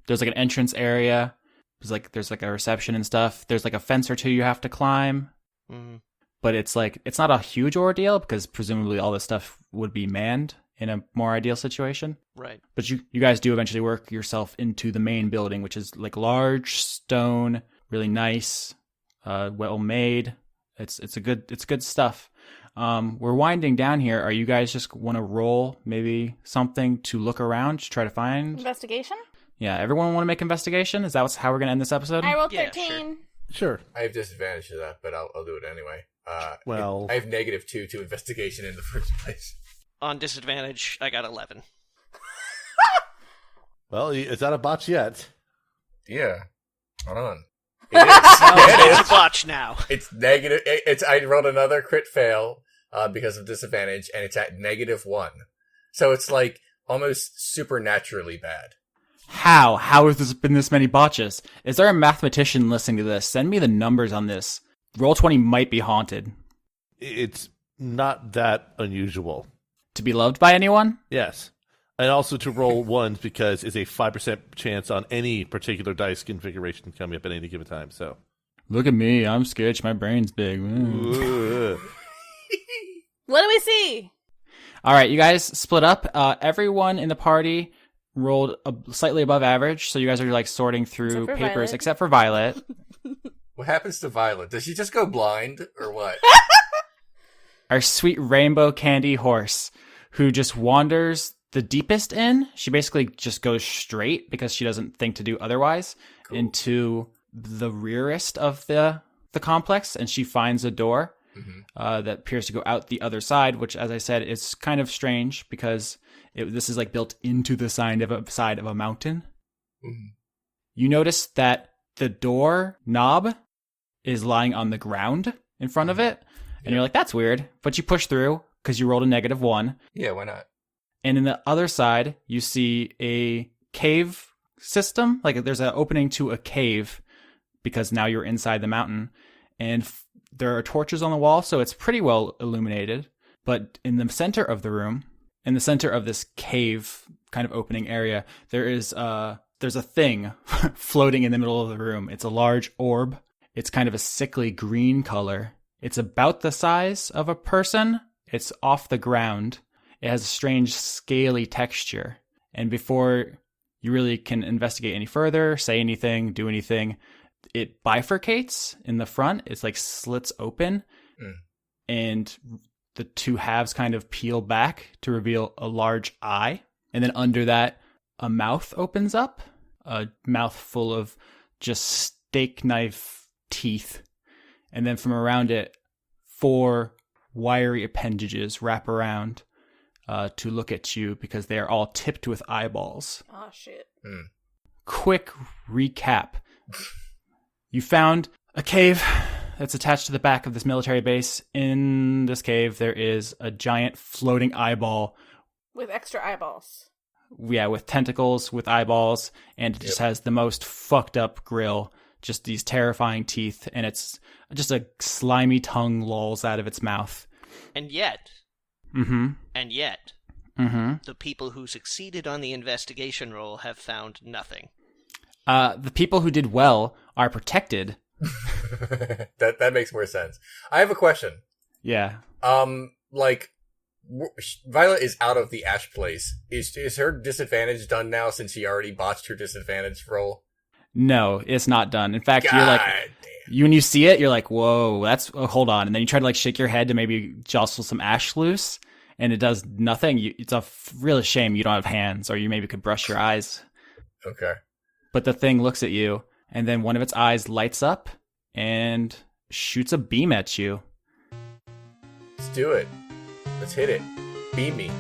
Speaker 7: There's like an entrance area. There's like there's like a reception and stuff. There's like a fence or two you have to climb.
Speaker 6: Mm.
Speaker 7: But it's like it's not a huge ordeal because presumably all this stuff would be manned in a more ideal situation.
Speaker 6: Right.
Speaker 7: But you, you guys do eventually work yourself into the main building, which is like large stone, really nice, uh, well made. It's it's a good it's good stuff. Um, we're winding down here. Are you guys just want to roll maybe something to look around to try to find?
Speaker 5: Investigation?
Speaker 7: Yeah, everyone want to make investigation? Is that what's, how we're gonna end this episode?
Speaker 5: I rolled
Speaker 6: Yeah,
Speaker 5: 13.
Speaker 2: Sure.
Speaker 3: I have disadvantage to that, but I'll, I'll do it anyway. Uh,
Speaker 2: Well-
Speaker 3: I have negative two to investigation in the [laughs] first place.
Speaker 6: On disadvantage, I got 11.
Speaker 2: Well, y- it's not a botch yet.
Speaker 3: Yeah, hold on. It is. Yeah, it
Speaker 6: It's
Speaker 3: is.
Speaker 6: a botch now.
Speaker 3: It's negative. it- It's I rolled another crit fail uh, because of disadvantage, and it's at negative one. So it's like almost supernaturally bad.
Speaker 7: How how has this been this many botches? Is there a mathematician listening to this? Send me the numbers on this. Roll twenty might be haunted.
Speaker 2: I- It's not that unusual.
Speaker 7: To be loved by anyone?
Speaker 2: Yes. And also to roll ones because it's a 5% chance on any particular dice configuration coming up at any given time. So,
Speaker 7: Look at me, I'm sketch. My brain's big. Mm.
Speaker 2: Ooh.
Speaker 5: What do we see?
Speaker 7: All right, you guys split up. Uh, everyone in the party rolled a, slightly above average, so you guys are like sorting through
Speaker 5: Except for
Speaker 7: papers,
Speaker 5: Violet.
Speaker 7: except for Violet.
Speaker 3: What happens to Violet? Does she just go blind or what?
Speaker 7: our sweet rainbow candy horse who just wanders the deepest in she basically just goes straight because she doesn't think to do otherwise
Speaker 3: Cool.
Speaker 7: into the rearest of the the complex and she finds a door
Speaker 3: Mhm.
Speaker 7: uh, that appears to go out the other side which as i said is kind of strange because it, this is like built into the side of a side of a mountain
Speaker 3: Mhm.
Speaker 7: you notice that the door knob is lying on the ground in front of it. And you're like, that's weird. But you push through because you rolled a negative one.
Speaker 3: yeah, why not? [laughs]
Speaker 7: And in the other side, you see a cave system. Like there's an opening to a cave because now you're inside the mountain. And f- there are torches on the wall, so it's pretty well illuminated. But in the center of the room, in the center of this cave kind of opening area, there is uh there's a thing [laughs] floating in the middle of the room. It's a large orb. It's kind of a sickly green color. It's about the size of a person. It's off the ground. It has a strange scaly texture. And before you really can investigate any further, say anything, do anything, it bifurcates in the front. It's like slits open
Speaker 3: Mm.
Speaker 7: and the two halves kind of peel back to reveal a large eye. And then under that, a mouth opens up, a mouth full of just steak knife teeth. And then from around it, four wiry appendages wrap around uh, to look at you because they are all tipped with eyeballs.
Speaker 5: Oh, shit.
Speaker 7: Quick recap you found a cave that's attached to the back of this military base. In this cave, there is a giant floating eyeball
Speaker 5: With extra eyeballs.
Speaker 7: yeah, with tentacles, with eyeballs, and it just has the most fucked up grill, just these terrifying teeth, and it's just a slimy tongue lolls out of its mouth.
Speaker 6: And yet,
Speaker 7: Mm-hmm.
Speaker 6: and yet,
Speaker 7: Mm-hmm.
Speaker 6: the people who succeeded on the investigation roll have found nothing.
Speaker 7: Uh, the people who did well are protected.
Speaker 3: that that makes more sense. I have a question.
Speaker 7: Yeah.
Speaker 3: Um, like w- sh- Violet is out of the ash place. Is is her disadvantage done now since she already botched her disadvantage roll?
Speaker 7: No, it's not done. In fact, you're like,
Speaker 3: God damn.
Speaker 7: you when you see it, you're like, whoa, that's oh, hold on, and then you try to like shake your head to maybe jostle some ash loose, and it does nothing. You, it's a f- real shame you don't have hands, or you maybe could brush your eyes.
Speaker 3: Okay.
Speaker 7: But the thing looks at you, and then one of its eyes lights up and shoots a beam at you.
Speaker 3: Let's do it. Let's hit it. Beam me.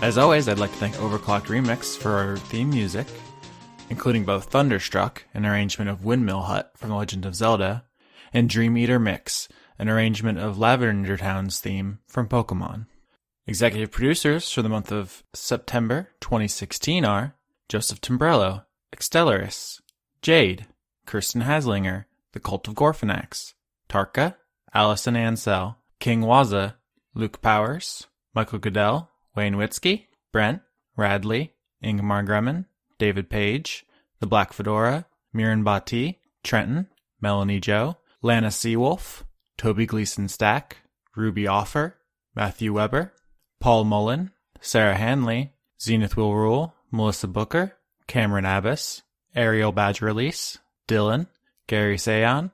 Speaker 7: As always, I'd like to thank Overclocked Remix for our theme music, including both Thunderstruck, an arrangement of Windmill Hut from The Legend of Zelda, and Dream Eater Mix, an arrangement of Lavender Town's theme from Pokemon. Executive producers for the month of September 2016 are Joseph Timbrello, Extellaris, Jade, Kirsten Haslinger, The Cult of Gorfanax, Tarka, Allison Ansell, King Waza, Luke Powers, Michael Goodell, Wayne Witzke, Brent, Radley, Ingmar Gremmen, David Page, The Black Fedora, Miran Bati, Trenton, Melanie Joe, Lana Seawolf, Toby Gleason Stack, Ruby Offer, Matthew Weber, Paul Mullen, Sarah Hanley, Zenith Will Rule, Melissa Booker, Cameron Abbas, Ariel Badge Release, Dylan, Gary Sayon,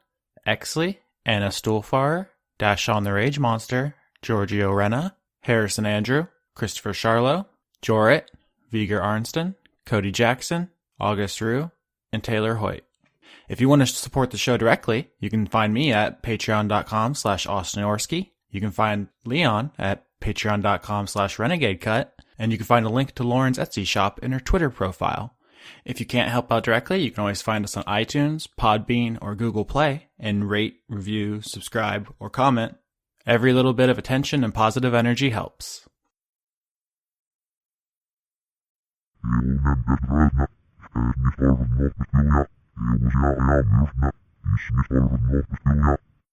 Speaker 7: Exley, Anna Stuhlfarer, Dash on the Rage Monster, Giorgio Renna, Harrison Andrew, Christopher Charlo, Jorit, Viger Arnston, Cody Jackson, August Rue, and Taylor Hoyt. If you want to support the show directly, you can find me at patreon.com slash Austin Orski. You can find Leon at patreon.com slash renegade cut, and you can find a link to Lauren's Etsy shop in her Twitter profile. If you can't help out directly, you can always find us on iTunes, Podbean, or Google Play and rate, review, subscribe, or comment. Every little bit of attention and positive energy helps.
Speaker 8: Is niet voor het nog bestuur, ja. Je moet ja, ja, muf, ja. Is niet voor het nog bestuur, ja.